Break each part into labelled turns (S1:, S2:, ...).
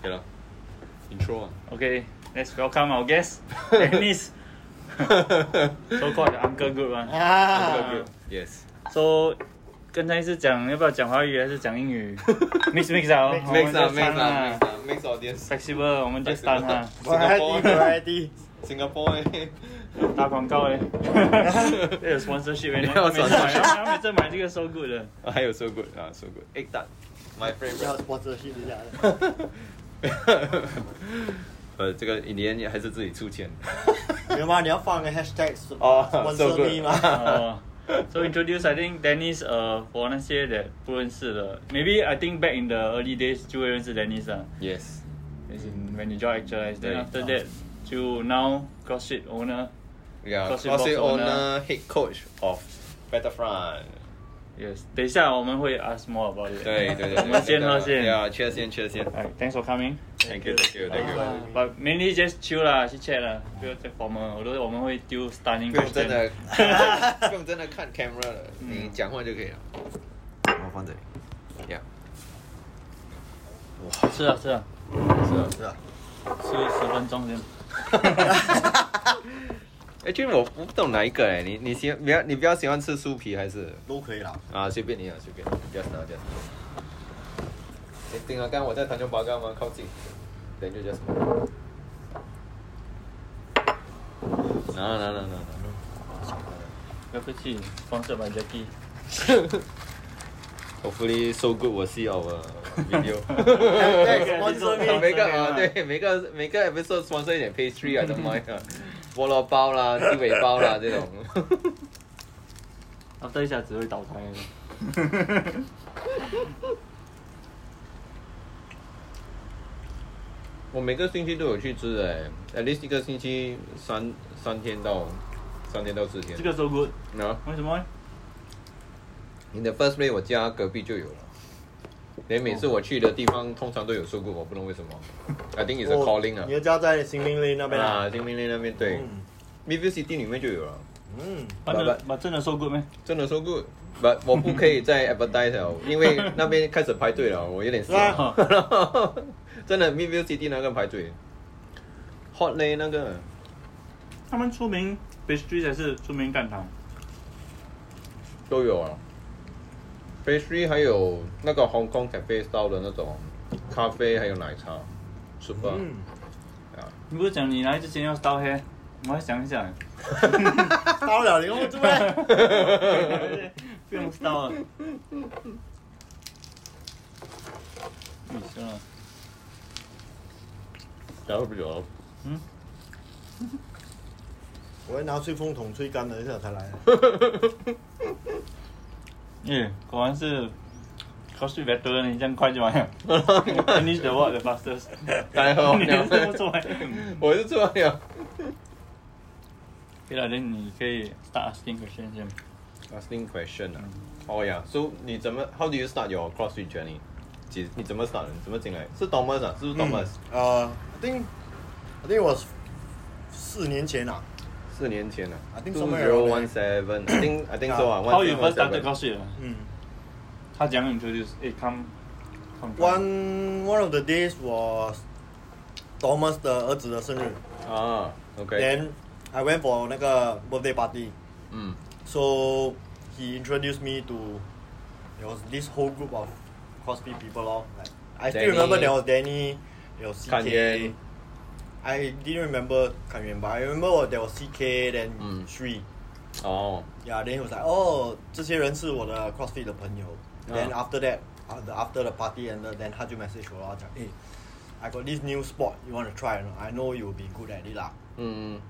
S1: Okay lah. Intro
S2: Okay, let's welcome our guest, Agnes,
S1: ah.
S2: so called the uncle group 啊。
S3: Ah.
S1: Uncle Group. Yes.
S2: So 刚才是讲要不要讲华语还是讲 英语 ？Mix mix 啊
S3: Mix-
S2: 我们
S1: Mix
S2: 就
S1: 啊 Mix
S2: 删
S1: 啊
S2: 啊
S1: Mix 啊 Mix audience。
S2: ，flexible，我们就 ah. 单啊，
S1: Singapore
S3: Variety，variety，
S1: Singapore eh. 欸
S2: 打 广告哎，这有 sponsorship eh, 哎，
S1: 没有
S2: 每次
S1: sponsorship
S2: 买，ah. 他每次买这个 so good eh. 的，
S1: 啊还有 so good 啊 so good egg tart my
S3: 要
S1: favorite。
S3: sponsorship 一下的。
S1: 呃，这个 in the end 还是自己出钱。
S3: 没有吗？你要放个 hashtag
S1: 哦 so
S3: sponsor
S1: good
S3: me 吗？
S2: 哦。So Uh, introduce, I think Dennis 呃、for 那些的不认识的，maybe I think back in the early days 就会认识 Dennis 啊。
S1: Yes.
S2: As in when you join actualize, then
S1: Yeah.
S2: after that 就 now CrossFit owner,
S1: Yeah.
S2: CrossFit
S1: CrossFit
S2: box
S1: owner,
S2: owner.
S1: head coach of Battlefront。
S2: yes. 等一下我们会 ask more about it.
S1: 对 对对，
S2: 我们先咯先。
S1: Yeah，缺线缺线。
S2: Alright, thanks for coming.
S1: Thank you, thank you, thank you.
S3: you.
S2: But mainly just chill 啦，去 chat 啦，不要再 formal。我都我们会丢 stunning
S1: 不用真
S2: question
S1: 的。，不用真的看 camera 了，
S2: 嗯
S1: 你讲话就可以了。我放这里。Yeah，
S2: 是啊是啊，
S1: 是啊。
S3: 是啊，
S2: 吃十分钟先。
S1: 哎，君，我我不懂哪一个哎，你你喜你比较你比较喜欢吃酥皮还是
S3: 都可以啦。
S1: 啊？随便你啊，随便，不要拿这样。顶啊，刚刚我在谭中宝干嘛？靠近，等就叫什么？拿拿拿拿拿！
S2: 不要客气，放射版 Jackie。
S1: Hopefully so good，我 see our video。
S3: hashtag sponsor
S2: 对
S3: me，
S1: 每个啊，对，每个每个 episode sponsor 一点 pastry 啊，什么呀，菠萝包啦、鸡尾包啦这种。
S2: 啊，这一下只会倒台而已。
S1: 我每个星期都有去吃诶、a t least 一个星期三三天到三天到四天。
S2: 这个 so good，
S1: 然后
S2: 为什么？
S1: 你的 first play 我家隔壁就有了。连每次我去的地方，通常都有收过，我不懂为什么。I think it's a
S3: 我
S1: calling 啊
S3: 哦你。的家在新民林那边啊？
S1: 啊，新明林那边对
S3: 嗯
S1: ，River City 里面就有了，
S3: 嗯，
S2: 把
S1: 拜
S2: 真
S1: 拜
S2: 把真的 so good 没？
S1: 真的 so good。不，我不可以再 advertise 了，因为那边开始排队了，我有点
S3: 是
S1: 吓
S3: 啊。
S1: 真的 m i v i City 那个排队，Hot Lane 那个
S2: 他们出名 b a s t r y 才是出名干糖。
S1: 都有啊。Pastry 还有那个 Hong Kong Cafe style 的那种咖啡，还有奶茶，super
S3: 嗯，
S1: 啊。
S2: 你不是讲你来之前要倒黑？我还想一想。
S3: 到不了你跟我住 呗。
S2: 不用啊倒了。你说了，
S1: 然后不久，
S2: 嗯，
S3: 我会拿吹风筒吹干了一下 才来。
S2: 耶、果然是 coffee better，你这样快就完了。Finish the work the fastest。
S1: 来
S3: 啊
S1: 喝完
S2: 你
S1: 了
S2: 是不做完。
S1: 我是做完了。
S2: 对了，那你可以 start asking question 先。
S1: Asking question 啊，哦呀，so 你怎么？How do you start your CrossFit journey？几你怎么 start？的你怎么进来？是 Thomas 啊，是不是 Thomas？
S3: 呃，I think I think 我四年前啊，
S1: 四年前了
S3: I think
S1: two
S3: somewhere
S1: zero one
S3: around
S1: seven，I think I think so 啊
S2: How
S1: ，one
S2: you
S1: seven
S2: first
S1: one
S2: started
S1: seven。
S2: coffee 了？
S3: 嗯
S2: 他讲 introduce，哎，come come come。
S3: ，one one of the days 我 Thomas 的儿子的生日
S1: 啊，OK，
S3: ，then I went for 那个 birthday party。
S1: 嗯
S3: So he introduced me to there was this whole group of CrossFit people lor. Like, I
S1: Danny.
S3: still remember there was Danny, there was CK.
S1: Kan Yuan.
S3: I didn't remember Kan Yuan, but I remember there was CK then
S1: Mm.
S3: Sri.
S1: 哦
S3: Yeah, then he was like, oh, 这些人是我的 CrossFit 的朋友。Then
S1: Ah.
S3: after that, after after the party ended, then 他就 message 我了，讲 hey, I got this new sport you want to try or not? I know you will be good at it 啦。
S1: 嗯，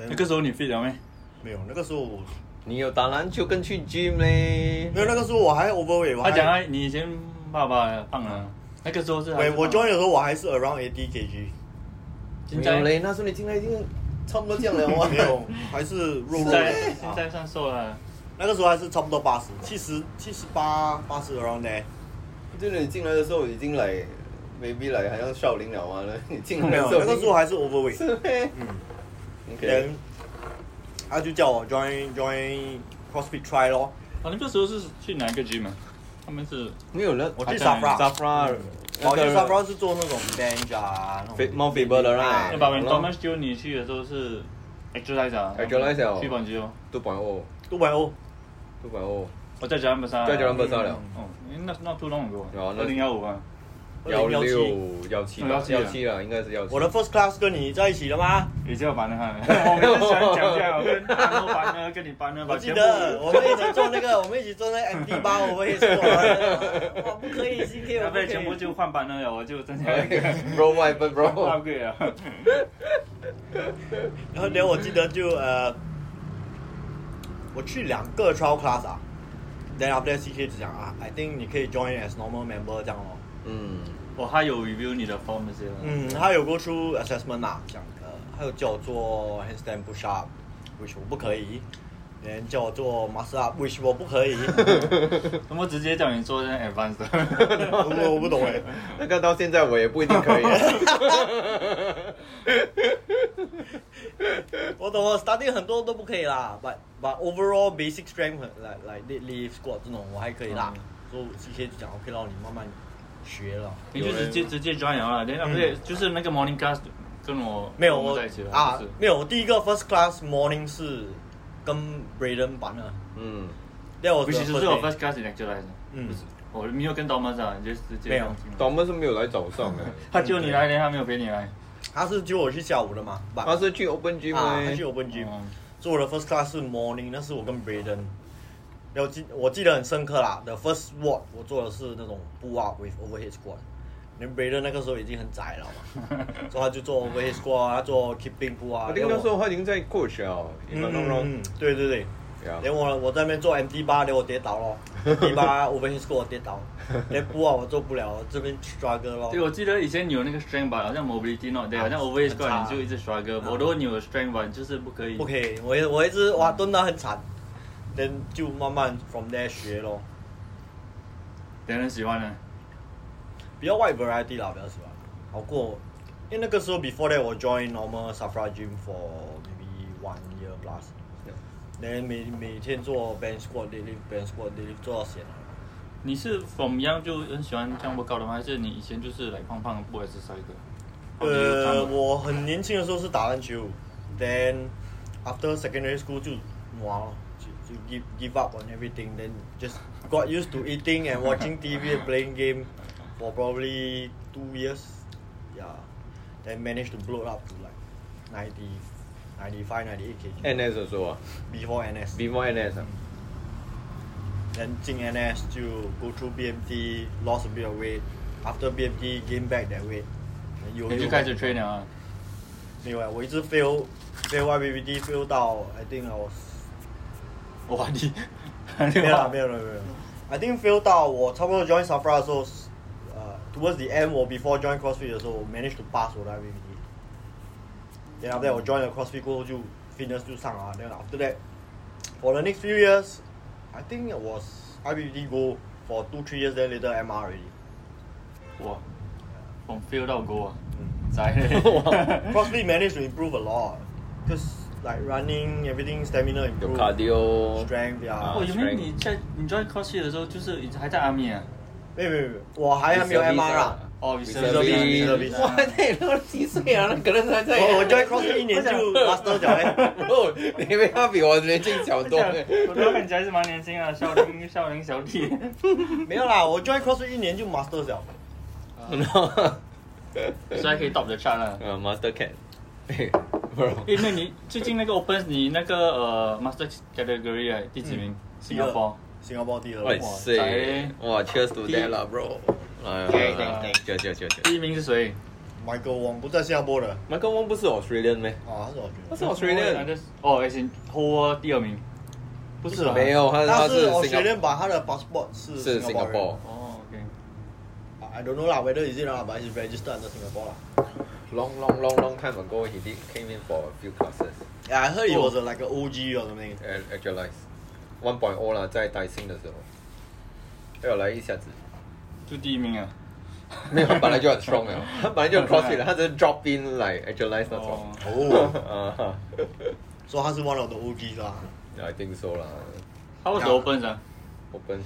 S3: Then-
S2: 那个时候你 fit 了没？
S3: 没有，那个时候我-
S1: 你有打篮球跟去 gym 嘞？
S3: 没有，那个时候我还 overweight，
S2: 他
S3: 我还
S2: 讲啊，你以前爸爸胖了，那个时候是还
S3: 喂，
S2: 是啊
S3: 我
S2: 胖
S3: join 的时候我还是 around eighty kg，
S2: 现
S1: 没
S2: 在
S1: 有嘞，那时候你进来已经差不多这样了啊哇。
S3: 没有，还是肉
S2: 现
S3: 肉
S2: 在
S3: 的。
S2: 现在
S3: 啊
S2: 算瘦了。
S3: 那个时候还是差不多八十，七十七十八八十 around there。
S1: 就是你进来的时候已经来，maybe 来好像少林了啊， 你进来
S3: 没
S1: 的时候已
S3: 有，那
S1: 经
S3: 个时候还是 overweight。
S1: 是呗。
S3: 嗯
S1: OK，
S3: ，then 他就叫我 join join CrossFit try 咯。
S2: 啊，你那时候是去哪一个 gym 啊？他们是
S1: 没有了，啊嗯
S3: 我去
S2: 他
S3: Safra，
S1: Safra 那
S3: 哦，就
S1: 个
S3: 是 Brown 是做那种 bench 啊，那
S1: ，Fa-
S3: 种
S1: Mount Faber 的
S3: 啊
S1: right？
S2: But when Thomas Teo 你去的时候是 exercise 啊
S1: Exercise 啊
S2: 去 Bonjour
S1: 都百哦，
S3: 都百欧，
S1: 都百哦，
S2: 我在 Jalan Besar
S1: 在 Jalan Besar 了
S3: 嗯。
S2: 哦，not not too long ago，
S1: 有啊那
S2: 二零幺五啊，
S1: 幺
S3: 2017
S1: 六幺七吧
S2: 哦17啊
S1: 幺七了，应该是幺七。
S3: 我的 first class 跟你在一起的吗？
S2: 也叫板凳汉了。我们就喜欢讲这样，我跟安诺板呢，跟你板呢，把
S3: 我记
S2: 全
S3: 得
S2: 部
S3: 我们一起做那个，我们一起做那 MD 八，我们一起做啊。哇，不可以，CK，
S2: 要
S3: 我不
S2: 不
S3: 可
S2: 然
S3: 以。
S2: 全部就换板凳了，我就增加一个
S1: bro what happened
S2: 大
S1: bro？
S2: 贵啊。
S3: 然后连我记得就呃，我去两个 trial class 啊，then after that CK 只讲啊，I think 你可以 join as normal member 这样咯。
S1: 嗯，
S2: 我还有 review 你的 form 那些了。
S3: 嗯，他有 go through assessment 啊，讲呃，他有叫我做 handstand push up，which 我不可以，连叫我做 muscle up，which 我不可以，
S2: 那么直接叫你做这 advanced 的
S3: 我我不懂哎、
S1: 那个到现在我也不一定可以。
S3: 我懂，我 starting 很多都不可以啦，but but overall basic strength 很 like like deadlift squat 这种我还可以啦
S2: 嗯，
S3: 所以 CK 就讲 OK 咯，你慢慢学了。
S2: 你就直接直接 join 了啦。等一下不对，就是那个 morning class 跟我
S3: 嗯没有
S2: 跟我
S3: 我
S2: 在一起了
S3: 啊
S2: 是不是，
S3: 没有。我第一个 first class morning 是跟 Braden 版的，
S1: 嗯，
S3: 那我
S2: 不是，
S3: first
S2: 是我
S3: day
S2: first class lecture
S3: 嗯
S2: 嗯，我没有跟 Thomas 啊，你就直接
S3: 没有
S1: 我们是没有来早上的，
S2: 他叫你来，连他没有陪你 来。
S3: 他是揪我去下午的嘛，but-
S1: 他是去 open gym
S3: 啊，
S1: 吗
S3: 他去 Open Gym，
S2: 嗯
S3: 所以我的 first class 是 morning，那是我跟 Braden。要记我记得很深刻啦，the first squat 我做的是那种 pull up with overhead squat，连 Braden 那个时候已经很窄了 嘛，所以他就做 overhead squat，他做 keeping pull 啊。
S1: 我听
S3: 连
S1: 到说他已经在 coach 了，你
S3: 嗯
S1: 们弄
S3: 嗯
S1: 弄
S3: 嗯，对对对。连我我在那边做 MD 八，连我跌倒咯，MD 八 overhead squat 我跌倒，连步啊我做不了，我这边 struggle 咯
S2: 对，。我记得以前有那个 strength bar，好像 mobility not there，好像 overhead
S3: 啊很差
S2: squat
S3: 啊
S2: 你就一直 struggle，我都有 strength bar 就是不可以。
S3: 不可以，我也我一直哇蹲得很惨，连就慢慢 from there 学咯，
S2: 别人喜欢呢。
S3: 比较 wide variety 啦，比较喜欢，好过。因为那个时候 before that 我 join normal Safra gym for maybe one year plus，连每每天做 bench squat deadlift bench squat deadlift 做到闲了。
S2: 你是 from young 就很喜欢这样 workout 的吗？还是你以前就是来胖胖不 exercise 的？
S3: 呃，
S2: 我
S3: Uh, 我很年轻的时候是打篮球，then after secondary school 就哇，就就 give give up on everything, then just got used to eating and watching TV and playing game for probably two years, yeah, then managed to blow up to like 90, 95, 98 kg
S1: NS 的说啊
S3: before NS.
S1: ，before NS 啊
S3: then 进 NS 就 go through BMT, lost a bit of weight. After BMT gain back that weight. 有
S2: 你就开始 train 了啊？
S3: 没有啊，我一直 fail fail YBBD fail 到 I think I was
S2: 哇，你
S3: 没有啊啦没有没有没有，I think fail 到我差不多 join Safra 的时候，呃，towards the end 我 before join CrossFit 的时候，我 managed to pass 我的 YBBD。然后 after that 我 join 了 CrossFit 过后就 fitness 就上啊，然后 after that for the next few years I think it was IBBD go for two three years then later MR already。
S2: 哇，from fail 到 go 啊，
S3: 嗯
S2: 在
S3: CrossFit managed to improve a lot because like running everything stamina
S1: 有
S3: improve。
S1: cardio，
S3: strength 呀、
S2: 我
S1: 啊
S2: 因为你在你 join CrossFit 的时候，就是已还在 army 啊？
S3: 没有没有没有，我还没有 MR 啊，
S2: 哦
S1: reservist
S3: reservist 啊哦
S1: 哇，那你都七岁啊，那可能才在。
S3: 我我 join cross 一年就 master 脚嘞，
S1: Bro，你 比他比我年轻小 多。
S2: 我都看起来是蛮年轻啊，少 林少林小弟。
S3: 没有啦，我 join cross 一年就 master 脚，
S2: 所以可以 top 的 chart 啦。
S1: 呃，Master Cat，嘿，Bro，
S2: 诶，那你最近那个 Open，你那个呃 Master Category 啊，第几名？新加坡。
S3: 新加坡第哎二，
S1: 喂
S2: 哇
S1: 塞
S2: 仔，
S1: 哇，Cheers to that 哎啦，Bro。
S2: 对对
S1: 对，cheers cheers cheers。
S2: 第一名是谁？
S3: Michael Wong 不在新加坡的，
S1: 麦克风不是 Australian 咩？
S3: 啊，他是我
S1: 他
S3: 觉
S1: 是 Australian，
S2: 哦，as in whole world 第二名。不是啊。
S1: 没。有，他
S3: 得，他是哦
S1: 新加
S3: Australian 把他的 passport 是
S1: 是
S3: Singapore 人啊
S1: Singapore。
S2: 哦，OK。
S3: I don't know 啦，whether is it 啦，but he's registered under Singapore 啦。
S1: Long long long long time ago, he did came in for a few classes.
S3: Yeah, I heard he was a, like a OG or something.
S1: a- Actualize 1.0啦，oh 在带新的时候，要来一下子，
S2: 就第一名啊。
S1: 没有，他本来就很 strong 了，他本来就很 crossfit 了，他只是 drop in 来 Actualize 那种
S2: 哦。
S3: 哦，
S1: 啊
S3: 说他是 one of the OGs 啦。
S1: ，I think so 啦
S2: 他为什么 Open 啊？
S1: ，Open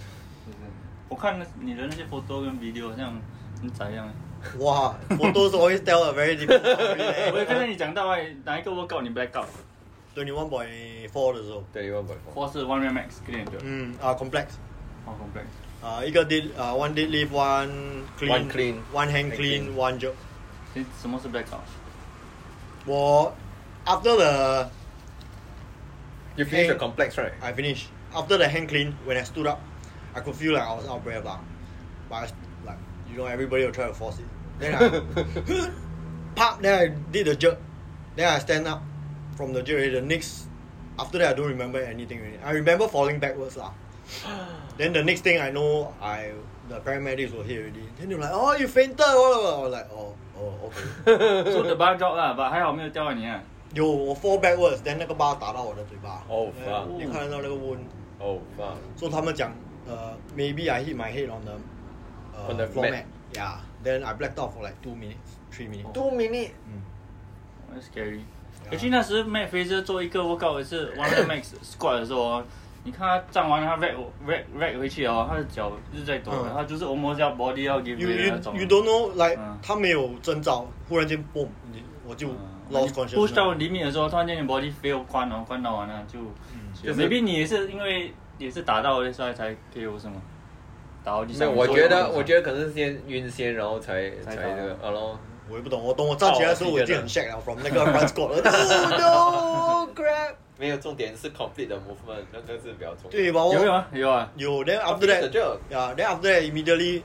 S2: 我看那你的那些 photo 跟 video 好像你咋样？
S3: 哇 photos always tell a very different
S2: 我也
S3: story，eh
S2: 刚才
S3: 嘞。
S2: 你讲到哎，哪一个 workout 你 black out，
S3: Twenty one point four 的时候，
S1: 对，一萬倍。
S2: 或是 one rep max 跟你的，
S3: 嗯啊 complex
S2: 好 complex。
S3: 啊一个 did 啊 ah, one did lift one
S1: One
S3: clean
S1: clean
S3: one hand
S1: Hand clean
S3: clean one jump。
S2: 你什么是 black out？
S3: 我 after the
S1: You finish the
S3: Hey.
S1: complex right?
S3: I finished. After the hand clean, when I stood up, I could feel like I was out of breath lah. But I, s- like you know, everybody will try to force it. Then I pop. Then I did the jerk. Then I stand up from the jerk. already. The next after that, I don't remember anything. Really. I remember falling backwards lah. then the next thing I know, I the paramedics were here already. Then they were like, "Oh, you fainted." whatever." I was like, "Oh, oh, okay."
S2: 说 the bar drop 啦，but 还好没有掉到你啊。
S3: 有我 fall backwards，then 那个疤打到我的嘴巴。
S1: Oh, fuck.
S3: 你看得到那个 wound。
S1: Oh fuck.
S3: 所以他们讲，呃，maybe I hit my head on the，呃
S1: On the
S3: floor
S1: mat.
S3: Yeah, then I blacked out for like two minutes, three minutes.
S1: Two minute.
S3: 嗯
S2: That's scary。
S3: Yeah.
S2: 尤其那时 Matt Fraser 做一个 workout 也 是 One Rep Max squat 的时候哦，你看他站完他 rack rack rack 回去哦，他的脚一直在抖
S3: 嗯，
S2: 他就是 almost 要 body 要 give
S3: ，You
S2: way 的那
S3: you
S2: 种。
S3: you don't know like
S2: 嗯
S3: 他没有征兆，忽然间 boom，你我就
S2: 嗯
S3: lost
S2: 你 push 到
S3: consciousness。
S2: 里面的时候，突然间你 body fail 关哦，关到完了就。
S3: 嗯
S1: 就是
S2: maybe 你也是因为也是打到所以才 KO 是吗？打到第
S1: 那
S2: 三。
S1: 我觉得，我觉得可能是先晕先，然后才才
S2: 才
S1: 这
S2: 打
S1: 个，然后
S3: 我也不懂，我懂，我站起来的时候
S1: 哦
S3: 我已经很 shake 了，from 那个 run squat 了。Oh no, crap！
S1: 没有重点是 complete 的 movement，那个是比较重要。
S3: 对吧？我
S2: 有有啊有啊，
S3: 有，then after
S1: ，after
S3: that，
S1: that 就
S3: yeah, then after that immediately，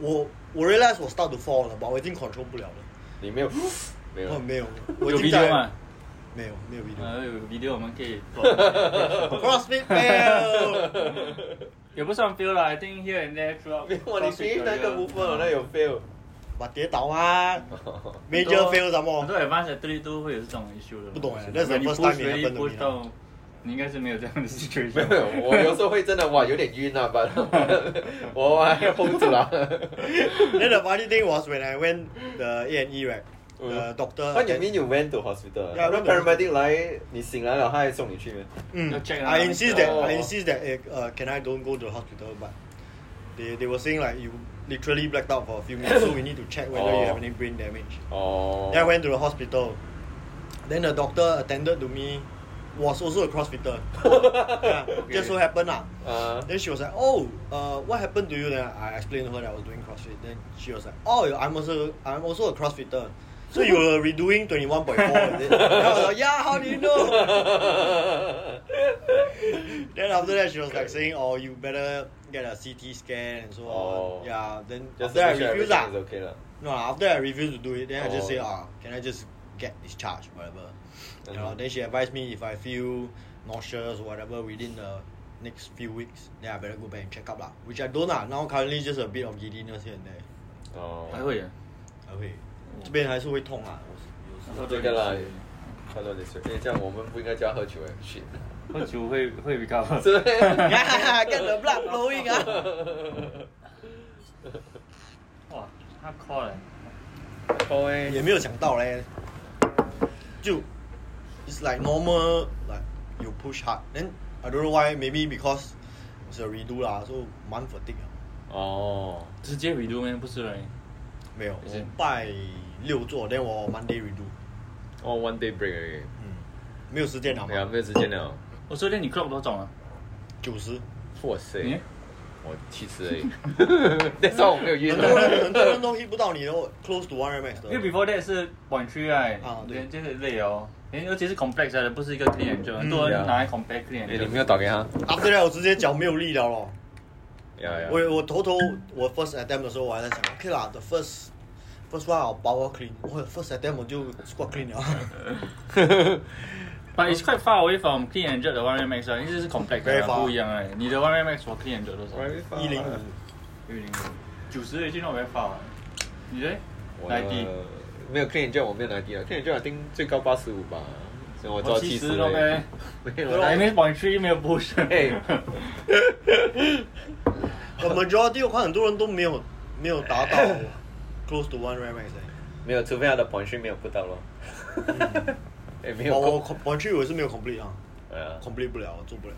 S3: 我我 realize 我 start to fall 了，but 我已经 control 不了了。
S1: 你没有没
S3: 我
S1: 有，
S3: 没有，我
S2: 有
S3: 已经在
S2: video 吗？
S3: 没有没有 video。
S2: 呃，有 video 我们可以 upload。
S3: CrossFit fail。
S2: 也不算 feel 啦，I think here and there throughout
S1: 没。有，你 finish 那个 movement
S2: 啊
S1: 那有 fail。
S3: 把跌倒啊，major
S2: 很多
S3: fail 什
S2: 很
S3: 么？
S2: 多 advanced athlete 都会有这种 issue 的。
S3: 不懂哎，that's the
S2: 你
S3: first
S2: push
S3: time it
S2: really
S3: happened to
S2: push
S3: me 啊
S2: 到，你应该是没有这样 的
S1: 没
S2: situation。
S1: 有，我有时候会真的哇有点晕啊，把 我还 hold 住 了。
S3: Then the funny thing was when I went the A and E right, the
S1: 嗯
S3: doctor.
S1: What you mean you went to hospital？
S3: Yeah, I
S1: 那
S3: went to
S1: paramedic 来，你醒来了，他还送你去吗？
S3: 嗯
S2: 要 check 啊
S3: I insist that I
S1: Oh.
S3: insist that eh, uh, can I don't go to the hospital, but they they were saying like you literally blacked out for a few minutes, so we need to check whether you
S1: Oh.
S3: have any brain damage.
S1: 哦
S3: Then I went to the hospital. Then the doctor attended to me was also a CrossFitter. yeah, just so happened ah. lah.
S1: 呃
S3: Then she was like, "Oh, uh, what happened to you?" Then I explained to her that I was doing CrossFit. Then she was like, "Oh, I'm also I'm also a CrossFitter." So you were redoing 21.4, is it? Then I was like, "Yeah, how do you know?" then after that, she was like saying, "Oh, you better get a CT scan and so
S1: Oh.
S3: on." Yeah. Then
S1: Just
S3: after that,
S1: make sure
S3: I
S1: everything
S3: refused
S1: is
S3: lah.
S1: okay 了。
S3: No, after that, I refused to do it. Then I just
S1: Oh.
S3: say, "Ah, can I just get discharged, whatever?" You know.
S1: Uh-huh.
S3: Then she advised me if I feel nauseous or whatever within the next few weeks, then I better go back and check up lah. Which I don't lah. Now currently just a bit of giddiness here and there.
S1: 哦，
S2: 还会啊，
S3: I 会，这边还是会痛啊。 我有时
S1: 这个啦，看到你随哎便这样，我们不应该叫他喝酒哎，shit，
S2: 喝酒会会比较好。
S1: 是不是
S3: Get the blood flowing ah. 啊！
S2: 哇，他 call 了。
S1: 靠哎
S3: 也没有想到嘞，就 it's like normal like you push hard. Then I don't know why. Maybe because it's a redo 啦，so 蛮 fatigue ah. 啊。
S1: 哦，
S2: 直接 redo 吗？不是嘞，
S3: 没有，
S2: Is it-
S3: 我拜六做，但我 Monday redo，
S1: 哦，one day break 而已，
S3: 嗯，没有时间了
S1: 哎呀，
S3: 嘛，
S1: 没有时间了，
S2: 我昨天你 clock 多少啊？
S3: 九十。
S1: 哇塞
S2: 你，
S1: 我七十 而已，那时候我没有晕
S3: 很多人
S1: 了，
S3: 很多人都 hit 不到你的 close to one max 的
S2: 因为 before that 是 point three 哎
S3: 啊，对
S2: 连就是累哦，连尤其是 complex 的，不是一个 clean and jerk，很多人
S1: 嗯 Yeah
S2: 拿来 complex clean
S1: 哎
S2: and
S1: 你没
S2: jerk。
S1: 有打给他，
S3: ，after that 我直接脚没有力了咯。
S1: 呀呀，
S3: 我我头头我 first attempt 的时候我还在想，OK 啦，the first first one I'll power clean，我 first attempt 我就 squat clean 了。
S2: But it's quite far away from clean and jerk 的 one rep max 啊，因为这是 complex
S3: Very
S2: 的
S3: far
S2: 不一样哎。你的 one rep max 我 clean and jerk 多少？
S3: 一零五，
S2: 一零九十已经 not very far 了。你嘞？
S1: 我
S2: 来低。
S1: 的啊没有 clean 卷，我没有拿低了，clean 卷我定最高八十五吧，所以我做七十
S2: 哦了呗，
S1: 没有
S2: 哎我
S1: 啦
S2: 还没 point three 没有 push。
S1: 哎
S3: 我 majority 我看很多人都没有没有达到 close to one max 欸。
S1: 没有，除非他的 point 没有不到咯。 哎，没有
S3: 嗯哦我
S1: 够
S3: 我。我去我是没有 complete 啊
S1: 哎呀
S3: ，complete 不了，我做不了。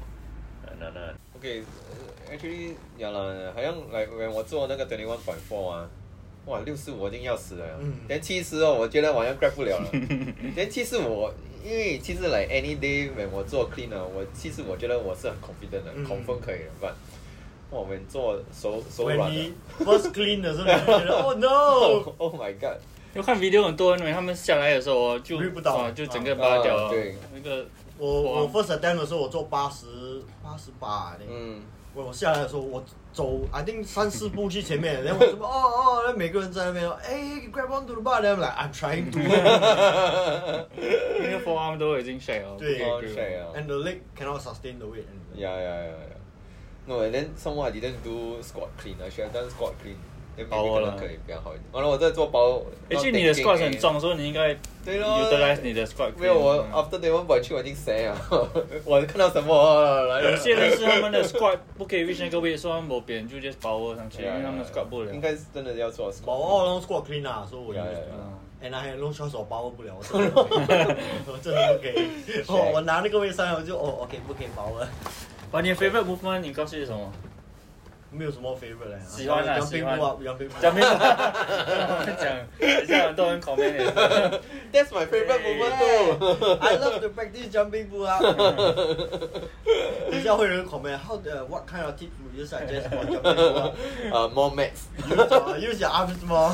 S1: 那那呃 OK，actually 呀啦，好像 like when 我做那个 twenty one point four 啊，哇，六四我已经要死了，
S3: 嗯
S1: 连七十哦，我觉得我好像 grab 不了 了。连七十我，因为其实 like any day when 我做 clean 呢，我其实我觉得我是很 confident 的，
S3: 嗯
S1: 恐风可以的，but 哇我们做手手软
S3: When
S1: 的
S3: he first clean 的 时候，你就觉得 Oh no！
S1: ，Oh my god，
S2: 我看 video 很多人，他们下来的时候哦就
S3: Rip 不到
S2: 啊就整个扒掉了。
S1: 啊对，
S2: 那个
S3: 我我
S2: 哇
S3: first attempt 的时候，我做八十八十八，
S1: 嗯，
S3: 我我下来的时候，我走，I think 三四步去前面，然后我什么 哦哦，那每个人在那边说，哎、g g r a b onto the bar，然后 like I'm trying to，and
S2: 那个 forearm 都已经 shake 了。
S3: 对
S1: 哦帅啊
S3: the leg cannot sustain the weight。
S1: Yeah, yeah, yeah, yeah. No, and then someone I didn't do squat clean. I should have done squat clean. Then maybe
S2: 薄
S1: 可
S2: 了
S1: 能可以比较好一点。完了，Oh, 我在做包。
S2: 而
S1: not
S2: 且哎你的
S1: thinking
S2: squat
S1: 欸
S2: 很。重，所以你应该
S1: 对咯。
S2: utilize 你的 squat。
S1: 没有，我哦 after day one 我去我已经谁啊？ 我看到什么来了？
S2: 有些人是他们的 squat 不可以 reach 那个位，所以他们某边就 just 把握上去，因为他们 squat 不了。
S1: 应该是真的要做 squat。
S3: 把我 long squat clean 啊，所以我就
S1: Yeah, yeah,
S2: 嗯
S3: and I had long shots，我把握不了，我 真的不可以我真的不 可以。哦我我拿那个位上来，我就哦，OK，不可以把握，
S2: 把你的 favorite movement 你告诉是什么？
S3: 没有什么 favorite 嘞。
S2: 喜欢啊
S3: 杨冰
S2: 喜欢
S3: 不啊，杨冰不。
S2: 讲没有？ 讲，等一下很多人 comment 也是
S1: That's my favorite movement too.
S3: I love to practice jumping pull up. 等一下会有人 comment how the what kind of tips would you suggest for jumping pull up？
S1: 呃，more max.
S3: 又讲 arms more，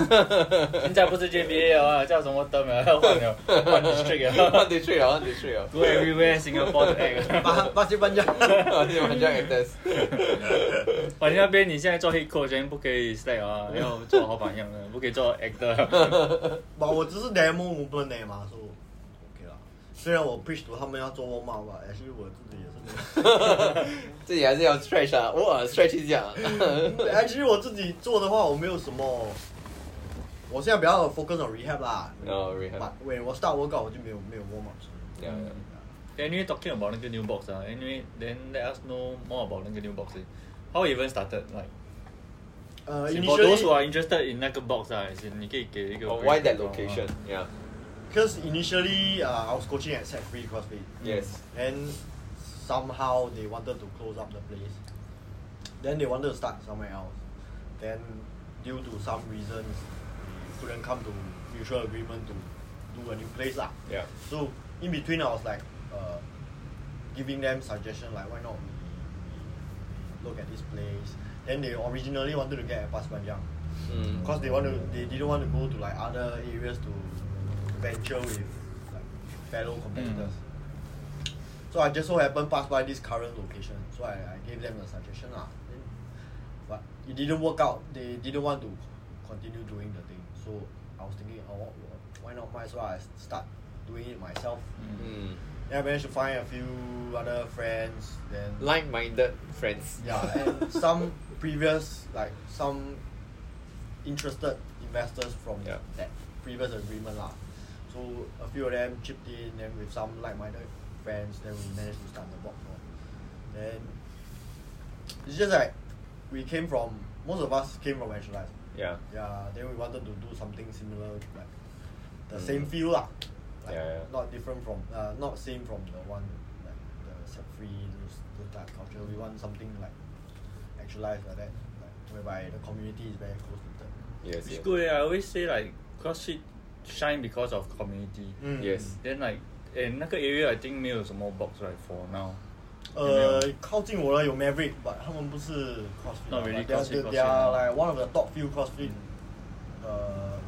S2: 现在不是 JBA 了啊，叫什么 term 啊？换了，换 district 了
S1: One day three 啊，one day three 啊。
S2: ，Go everywhere Singapore to egg。
S3: 八八十 分钟。
S1: 啊，你们这样 test。
S2: 反正那边你现在做 head coach 你不可以 slack 啊，要做好榜样的，不可以做 actor。
S3: 哇，我只是 demo movement 而已嘛，所以我 OK 啦。虽然我 preach 到他们要做 warm up 吧，但是我自己也是
S1: 自己还是要 stretch 啊，哇，stretch 一下。
S3: 没有。其实我自己做的话，我没有什么。我现在比较 focus on rehab 啦。
S1: No rehab.
S3: 把喂，我 start workout 我就没有没有 warm up 所以
S1: Yeah, yeah.
S2: Anyway, talking about 那个 new box 啊，Anyway, then let us know more about 那个 new box. How it even started? Like
S3: 呃
S2: for those who
S3: Uh, ，initially
S2: are interested in 那个 box 啊，还是你可以给一个
S1: Oh, why that
S2: breakdown ah. 啊
S1: location? Yeah.
S3: because initially uh, I was coaching at Set Free CrossFit.
S1: Yes.
S3: Then somehow they wanted to close up the place. Then they wanted to start somewhere else. Then due to some reasons, we couldn't come to mutual agreement to do a new place lah.
S1: Yeah.
S3: So in between, I was like uh, giving them suggestion like why not we, we look at this place. Then they originally wanted to get at Pas Panjang
S1: Mm.
S3: because they want to they didn't want to go to like other areas to venture with like fellow competitors.
S1: Mm.
S3: So I just so happened passed by this current location, so I, I gave them a suggestion lah. Then, but it didn't work out. They didn't want to continue doing the thing. So I was thinking, oh, wh- why not? Might as well I start doing it myself.
S1: Mm.
S3: Then I managed to find a few other friends. Then
S1: Like-minded friends.
S3: yeah, and some previous like some interested investors from
S1: Yeah.
S3: that previous agreement lah. So a few of them chipped in, and with some like-minded friends, then we managed to start the box. lor. Then it's just like we came from most of us came from Angela.
S1: Yeah.
S3: Yeah, then we wanted to do something similar, like the
S1: Mm.
S3: same feel lah. Like,
S1: Yeah, yeah.
S3: Not different from, uh, not same from the one like the set free those, those type of culture. We want something like actualized like that, like whereby the community is very close to them.
S1: Yes.
S2: It's
S1: yes.
S2: good. eh, I always say like CrossFit shine because of community.
S3: Mm.
S1: Yes.
S2: Then like, and 那个 area I think 没有什么 box right for now.
S3: 呃
S2: 有没有？，
S3: 靠近我的有 Maverick，but 他们不是 CrossFit，
S2: Not really
S3: but they are-
S2: CrossFit
S3: they are
S2: CrossFit
S3: like one of the top few CrossFit，呃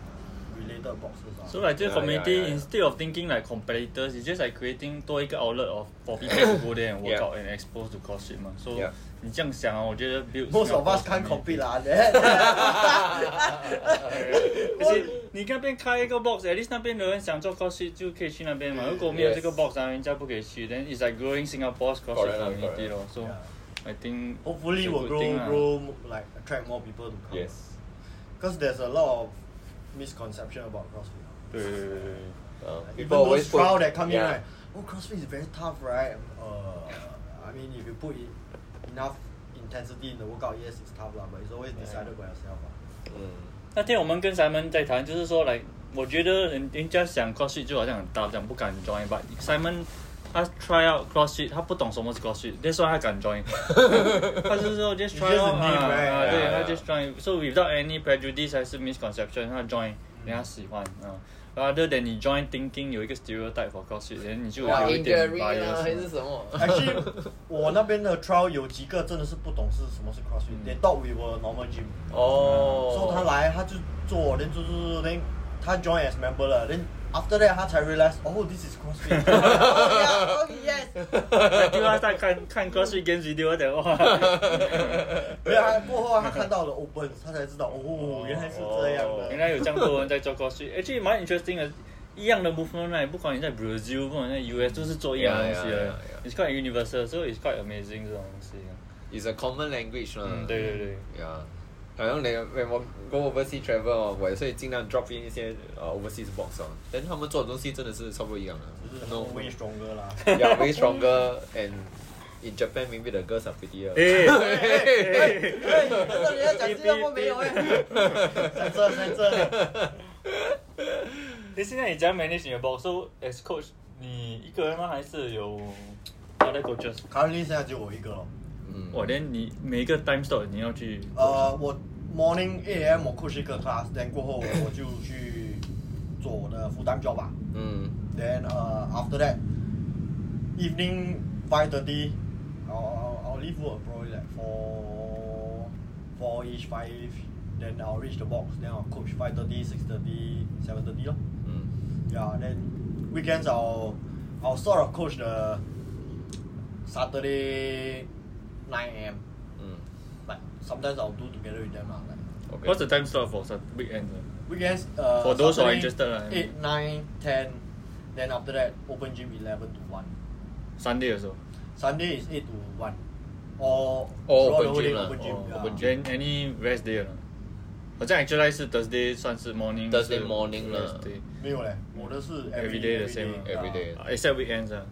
S3: ，related boxes 啊。
S2: So like this
S1: Ah. Yeah,
S2: community,
S1: yeah, yeah, yeah.
S2: instead of thinking like competitors, it's just like creating 多一个 outlet of for people to go there and work
S1: Yeah.
S2: out and expose to CrossFit 嘛。So
S1: Yeah.
S2: 你这样想啊，我觉得 build
S3: Most of
S2: Singapore
S3: us can't
S2: community
S3: compete 啦。
S2: 可是你那边开一个 box，at least 那边的人想做 CrossFit 就可以去那边嘛。如果没有
S1: Yes.
S2: 这个 box 啊，人家不可以去。Then it's like growing Singapore's CrossFit
S1: Correct lah,
S2: community
S1: correct.
S2: 咯。So
S3: Yeah.
S2: I think
S3: Hopefully,
S2: it's a
S3: will
S2: good
S3: grow,
S2: thing lah.
S3: grow, mo- like attract more people to come.
S1: ah. Yes.
S3: Because there's a lot of misconception about CrossFit.
S2: 对对对对对。
S1: Uh,
S3: Like, Even
S1: people
S3: those
S1: always put-
S3: crowd that come
S1: yeah.
S3: in, right? Oh, CrossFit is very tough, right? Uh, I mean, if you put in enough intensity in the workout, yes, it's tough, lah, but it's always decided by yourself. lah.
S1: Mm.
S2: 那天我们跟 Simon 在谈，就是说，like，我觉得人人家想 CrossFit 就好像很大，这样不敢 join，but Simon 他 try out CrossFit，他不懂什么是 CrossFit，that's why 他敢 join。他就是说 just
S3: It's
S2: try
S3: just a
S2: out
S3: name,
S2: 啊，
S3: right?
S2: 啊
S1: Yeah,
S2: 对，
S1: yeah.
S2: 他 just join。So without any prejudice 还是 misconception，他 join，人家喜欢啊。Rather than 你 join thinking 有一个 stereotype for CrossFit，然后你就
S1: 哇
S2: 有一点
S1: injury 啦还是
S2: bias。啊
S1: 什么？
S3: Actually，我那边的 trial 有几个真的是不懂是什么是 CrossFit，、
S2: 嗯
S3: they thought we were normal gym。
S1: 哦，
S3: 所以他来他就做，then 做做做做，then 他 join as member 了，then after that 他才 realize oh this is CrossFit 。oh, yeah, oh, yes。
S2: 对啊，在看看 CrossFit games video 的话，
S3: 没有，他过后他看到了 open，他才知道哦原来是这样的。
S2: 原来有这样多人在做 CrossFit，actually 蛮 interesting 的。一样的 movement right，不管你在 Brazil，不管你在 US，都是做一样的东西
S1: Yeah, yeah,
S2: 的
S1: yeah,。
S2: It's quite universal，so it's quite amazing 这种东西。
S1: is a common language 啦。
S2: 嗯，对对对。
S1: 呀，好像你when 我 go overseas travel 哦，我也是尽量 drop in 一些呃 overseas box 哦，但他们做的东西真的是差不多一样的。
S3: 就是很
S1: No，
S3: way stronger 啦。
S1: yeah way stronger and in Japan maybe the girls are prettier。
S2: 哎，
S3: 你要讲新加坡没有哎、在这在这，
S2: 你现在你怎样 manage 你的 box？So as coach，你一个人吗？还是有 other coaches？
S3: 卡伦现在只有我一个了。
S1: 嗯，
S2: 哇，连你每一个 time slot 你要去
S3: 呃，我 morning 8 a.m. 我 coach 一个 class，then 过后我就去做我的 full time job 吧。
S1: 嗯
S3: Then 呃、after that evening five thirty, I'll, I'll I'll leave work probably like four four ish five. Then I'll reach the box. Then I'll coach five thirty, six thirty, seven thirty 咯。
S1: 嗯
S3: Yeah, then weekends I'll I'll sort of coach the Saturday nine AM.
S1: 嗯
S3: Like sometimes I'll do together with them lah. Like
S1: ，OK。
S2: What's the time slot for Sat- weekend？
S3: weekends uh,
S2: For those who are
S3: Saturday,
S2: interested lah, I mean.
S3: Eight, nine, ten. Then after that open gym eleven to one.
S2: Sunday also.
S3: Sunday is eight to one. Or
S1: Or
S3: throughout
S1: open
S3: the whole
S1: gym
S3: day
S1: lah,
S3: open gym.
S1: or
S3: yeah.
S1: open
S2: Then Oh, any rest day 了。好像 actually 是 Thursday 算是 morning。
S1: Thursday morning 啦
S2: rest day
S3: 没有嘞，我的是
S2: Every day the same lah.
S1: Every
S3: every day.
S1: day.
S3: yeah.
S2: Uh, except weekends 啊。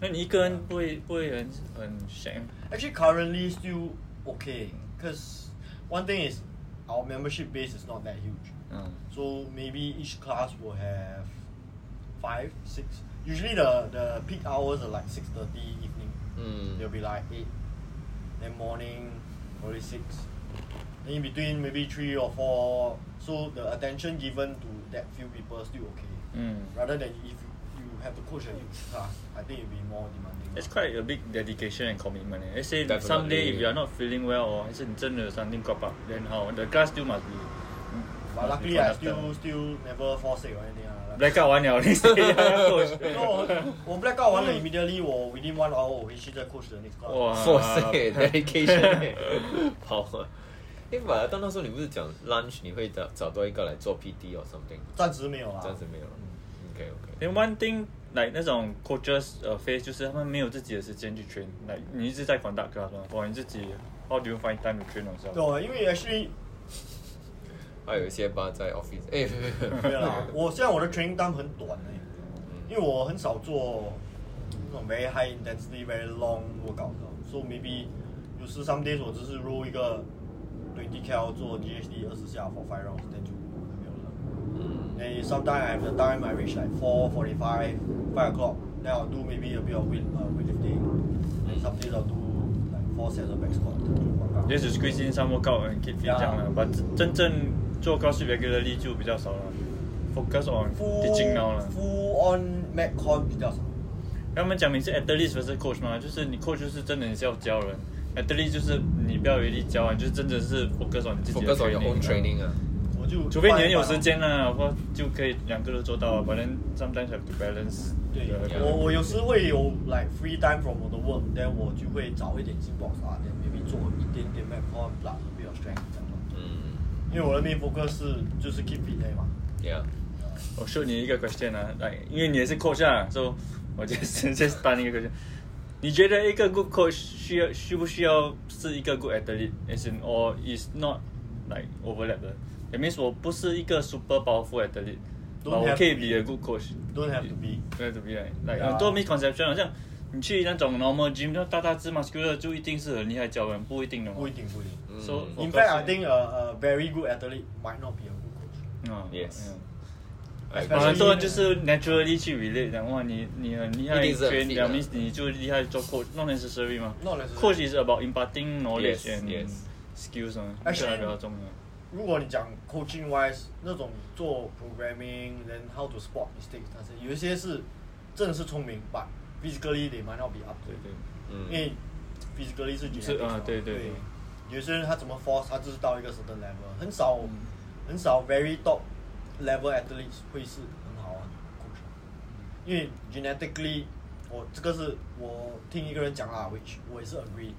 S2: 那你一个人不会不会很很 shame？
S3: Actually, currently still okay. Cause one thing is our membership base is not that huge.
S1: Ah.
S2: 嗯
S3: So maybe each class will have five, six. Usually the the peak hours are like six thirty evening.
S1: Mm.
S3: They'll be like eight. Then morning, probably six. Then in between maybe three or four. So the attention given to that few people still okay.
S2: 嗯。
S3: Rather than if you have to coach a huge class, I think it'll be more demanding.
S2: It's quite a big dedication and commitment. Eh. Let's say
S1: Definitely.
S2: someday if you are not feeling well or 还是你真的 something crop up, then how? The class still must be.
S3: But
S2: must be
S3: luckily, I
S2: conducted.
S3: still still never fall sick or anything. ah.
S2: blackout 完了，你 still 要 coach。
S3: No，我 black out 完了，immediately 我 within one hour 我回去再 coach 的 next class。
S2: 哇
S1: 哇塞，dedication 跑啊！哎，马拉当那时候你不是讲 lunch 你会找找多一个来做 PD or something？
S3: 暂时没有啦。啊
S1: 暂时没有了。OK
S3: 嗯
S1: OK。
S2: Then one thing like 那种 coaches 呃 face 就是他们没有自己的时间去 train，like你一直在 conduct class 哦嘛，哇你自己 how do you find time to train
S3: 对
S2: yourself？
S3: 啊，因为 actually
S1: 还有一些吧在 office。哎，
S3: 没 有啦，我现在我的 training time 很短诶、因为我很少做那种 very high intensity very long workout 的，so maybe 有时 some days 我只是 roll 一个 twenty cal 做 GHD 二十下 for five rounds，那就没有了。
S1: 嗯
S3: Then sometimes I have the time I reach like four forty five, five o'clock. Then I'll do maybe a bit of weight uh, weightlifting. And some days I'll do like four sets of back squat. to do workout.
S2: Just to squeeze in some workout and keep fit
S3: Yeah.
S2: 这样啦，but 真正做 CrossFit regularly 就比较少了，focus on
S3: Full
S2: teaching now 了。
S3: full on med con 比较少。
S2: 他们讲你是 athlete versus coach 嘛，就是你 coach 就是真的你是要教人，athlete 就是你不要有力教啊，你就是真的是 focus on 你自己的
S1: 嗯，focus on your own training 啊。
S3: 我就
S2: 除非你很有时间啊啦，或就可以两个都做到啊。反正 sometimes have to balance
S3: 对
S2: the-
S3: 我我有时会有 like free time from 我的 work，then 我就会找一点进 box 啊，then maybe 做一点点 med con plus a bit of strength 这样咯。
S1: 嗯
S3: 因为我的 main focus 是就是 keep fit 而已嘛。
S1: ，Yeah。
S2: 我 shoot 你一个 question 啊，来，因为你也是 coach 啊，所以我就 just 单一个 question。你觉得一个 good coach 需要需不需要是一个 good athlete？As in or is not like overlap 的？That means 我不是一个 super powerful athlete，
S3: Don't
S2: 但我
S3: have
S2: 可以
S3: to
S2: be a good coach。
S3: Don't have to be。
S2: 对对对，like,
S3: Yeah.
S2: 很多 misconception，好像你去那种 normal gym，那大大只 muscular 就一定是很厉害教人，不一定的嘛。
S3: 不一定，不一定。
S2: So-
S1: 嗯
S3: In fact, I think a, a very good athlete might not be a good coach.
S2: 嗯
S1: Yes.
S2: yeah.
S4: 来
S3: Especially-
S2: 啊，很多人就是 naturally 去 relate 讲哇，你你很厉害
S1: 一定是很
S2: train
S1: fit
S2: 表
S1: 的
S2: 面你就厉害做 coach not necessary 嘛
S5: Not necessary
S2: coach is about imparting knowledge
S1: Yes,
S2: and
S1: yes.
S2: skills 嘛，这
S3: Actually-
S2: 来比较重要。
S3: 如果你讲 coaching wise 那种做 programming，then how to spot mistakes，但是有一些是真的是聪明，but physically they might not be up to
S2: 对
S3: it，
S2: 对，
S4: 嗯
S3: 因为 physically 是 genetics
S2: 是啊
S3: 嘛
S2: 对对
S3: 对
S2: 对
S3: 有些人他怎么 force，他就是到一个 certain level，很少、
S2: 嗯
S3: 很少 very top level athletes 会是很好啊 coach，因为 genetically 我这个是我听一个人讲啦，which 我也是 agree。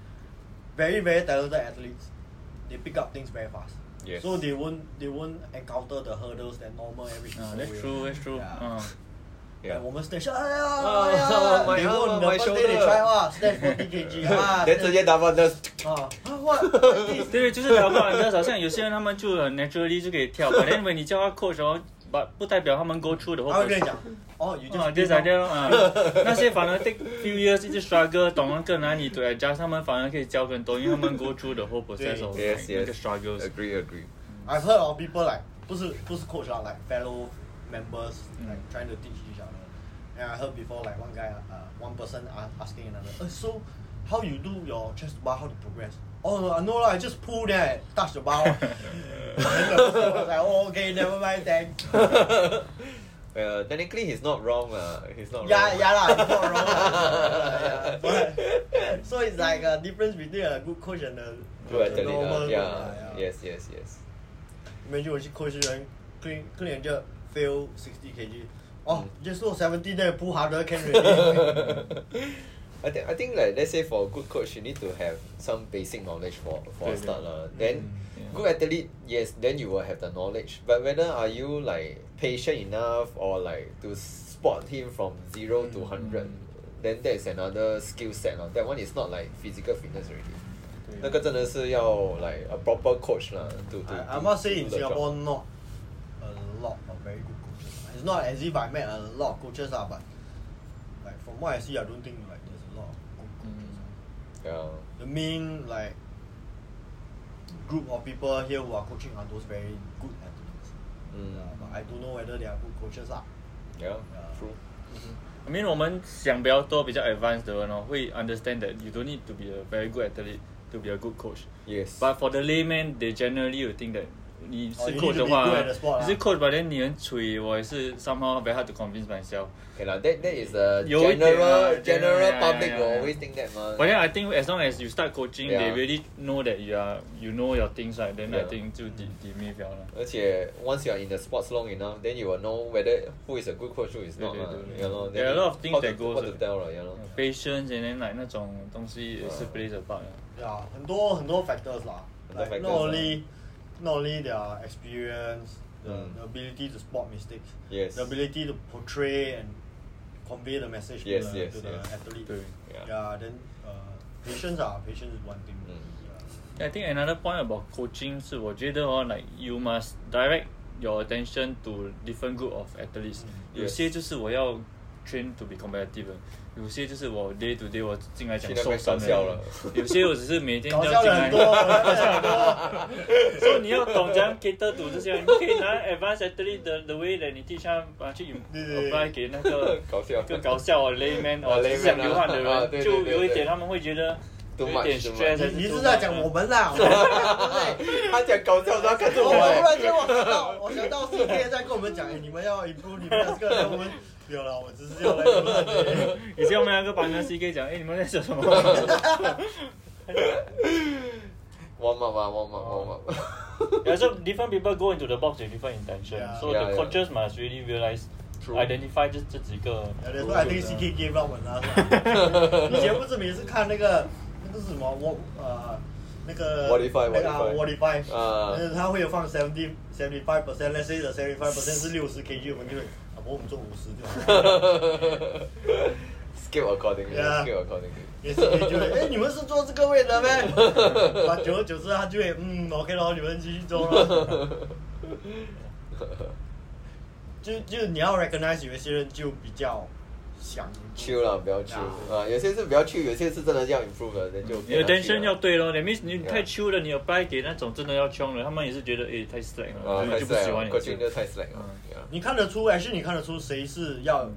S3: very very talented athletes, they pick up things very fast.
S4: Yes.
S3: So they won't they won't encounter the hurdles that normal every people
S2: 啊，that's
S3: will.
S2: true，that's true，
S3: Oh, Yeah.
S2: 嗯
S4: Yeah.
S3: Like 我们 snatch 哎呀
S1: 啊
S3: 哎呀，
S1: my
S3: they
S1: arm,
S3: won't the
S1: my
S3: first day they
S1: shoulder.
S3: try 哇 snatch forty kg 啊，
S1: 连直接打 翻的，
S3: 啊啊 what like
S2: 对，就是聊不完的。好像有些人他们就很 naturally 就可以跳，但因为你叫他 coach 哦，不不代表他们 go through 的
S3: this？
S2: whole
S3: 他会
S2: process
S3: 跟你。讲，哦，you
S2: 啊
S3: just
S2: ，this idea 啊， 那些反而 take few years 一直 struggle，懂了更难，你对 adjust，他们反而可以教更多，因为他们 go through the whole process of
S1: Yes,
S2: like 那个
S1: yes.
S2: struggles。
S4: agree agree，
S3: I've heard of people like 不是不是 coach 啊，like fellow members
S2: 嗯
S3: like trying to teach each other. And I heard before like one guy, uh, one person a- asking another, "Eh, so how you do your chest bar? How to progress? Oh no, no lah, I just pull then I touch the bar. then the person was like, oh okay, never mind, thanks.
S1: Well, technically he's not wrong lah. He's not
S3: yeah,
S1: wrong.
S3: yeah lah, it's not wrong. lah, it's not wrong lah, yeah. But- so it's like a difference between a good coach and a,
S1: Good
S3: the
S1: athlete,
S3: normal
S1: uh,
S3: coach,
S1: yeah.
S3: lah,
S1: Yes, yes, yes.
S3: Imagine 我去 coach 人 clean clean 人就 fail sixty kg，哦、
S1: 嗯
S3: just do seventy then you pull harder can already。
S1: I think I think like let's say for a good coach you need to have some basic knowledge for for a
S2: Yeah,
S1: start
S2: yeah.
S1: lah. Then
S2: yeah.
S1: good athlete yes then you will have the knowledge. But whether are you like patient enough or like to spot him from zero to hundred, then that is another skill set lah. That one is not like physical fitness already. 那个真的是要 like a proper coach 啦，to to.
S3: I, I'm not
S1: to
S3: saying in
S1: do the job.
S3: Singapore not a lot of very good coaches. It's not as if I met a lot of coaches ah, but like from what I see, I don't think like there's a lot of good coaches.
S1: Yeah.
S3: The main like group of people here who are coaching are those very good athletes.
S1: Mm.
S3: Yeah, but I don't know whether they are good coaches ah.
S1: Yeah.
S3: Yeah.
S1: True.
S2: I mean，我们想比较多、比较 advanced 的人哦，会 understand that you don't need to be a very good athlete to be a good coach。
S1: Yes.
S2: But for the layman, they generally will think that 你是
S3: Oh, you need
S2: coach
S3: to
S2: 的
S3: be
S2: 话，
S3: good at the sport
S2: 你是
S3: 啊
S2: coach，but then 你很蠢，我也是 somehow very hard to convince myself。
S1: Okay lah, that that is a
S2: 有一点啊，
S1: general general
S2: general，yeah,
S1: public
S2: yeah,
S1: will
S2: yeah.
S1: always think that mah.
S2: But then I think as long as you start coaching, they
S1: Yeah.
S2: really know that you are you know your things right. Then I
S1: Yeah.
S2: think 就 d d e m i 掉了。
S1: 而且 once you are in the sports long enough, then you will know whether who is a good coach, who is not.
S2: 对，
S1: lah.
S2: 对，对，对。
S1: You know,
S2: There are a lot of things
S1: how to-
S2: that goes
S1: What to
S2: with-
S1: tell, lah, you know.
S2: Patience and then like 那种东西也是 plays a part 的。
S3: Yeah, 很多很多 factors 啦
S1: 很多
S3: like
S1: factors lah.
S3: not
S1: 啦
S3: only not only their experience, the,
S1: Mm.
S3: the ability to spot mistakes,
S1: Yes.
S3: the ability to portray and convey the message
S1: Yes,
S3: to the,
S1: yes,
S3: to the
S1: yes.
S3: athlete.
S2: 对
S1: Yeah.
S3: Yeah, then uh, patience ah, patience is one thing.
S1: Mm.
S3: Yeah.
S2: I think another point about coaching 是我觉得哦，like you must direct your attention to different group of athletes、
S3: 嗯
S1: Mm.
S2: 有些就是我要 train to be competitive，的有些就是我 day to day 我进来讲
S1: 去那
S2: 受
S1: 边
S2: 伤
S1: 搞笑
S2: 的
S1: 了，
S2: 有些我只是每天
S3: 搞
S2: 都
S3: 笑
S2: 要进
S3: 的
S2: 来
S3: 很。 多，搞笑很多。
S2: 所以你要懂怎样 cater to 这些人，你可以拿 advanced athlete 的 the way that 你 teach 他把它去 apply 给那个
S1: 搞笑
S2: 更搞笑哦 layman
S1: 啊
S2: 哦，只是想
S1: layman 啊
S2: 流汗的
S1: 啊
S2: 人，
S1: 对对
S2: 就
S1: 对
S2: 有一
S1: 对
S2: 点他们会觉得
S1: Too
S2: 有一点
S1: much, too
S2: stress，
S1: much
S3: 你你是在讲我们啦？lah." 我突然
S1: 他讲搞笑的时候看着我，哎，
S3: 间我想到，我想到是天在跟我们讲，哎，你们要 improve 你们的这个，然后我们没有了，我只是要来 improve
S2: 以前我们两个把那 CK 讲，哎，你们在讲什么？
S1: warm up, ah, warm up, warm up.
S2: Yeah, so different people go into the box with different intention.
S3: Yeah.
S2: So
S1: Yeah,
S2: the
S1: yeah.
S2: coaches must really realize,
S1: True.
S2: identify 这这几个
S3: Yeah, that's why I think CK gave up on us. 以前不是每次看那个那个是什么我呃那个
S1: Modify,
S3: 那个啊
S1: modify
S3: modify，
S1: 啊
S3: 呃，他会有放 seventy seventy five percent，let's say the seventy five percent 是六十 kg，我们就会啊，不过我们做五十 就好了。
S1: Skill accordingly,
S3: Yeah.
S1: skill accordingly.
S3: 也是 kg 就会，哎，你们是做这个位 的呗？啊，久而久之他就会嗯，OK 咯，你们继续做咯。就就你要 recognize 有一些人就比较想
S1: chill 啦，比较 chill Ah, 啊，有些是比较 chill，有些是真的要 improve 的，那就
S2: 你的 tension 要
S1: 要
S2: 对咯，that means 你
S1: 啊 Yeah
S2: 太 chill 了，你有 buy 给那种真的要穷了，他们也是觉得诶太 slack
S1: 啊
S2: 了，所
S1: Ah, 太
S2: 以就不喜
S1: slack
S2: 欢
S1: 了，
S2: 你
S1: 国军就太 slack 了
S2: 嗯。
S1: yeah
S3: 你看得出，还是你看得出谁是要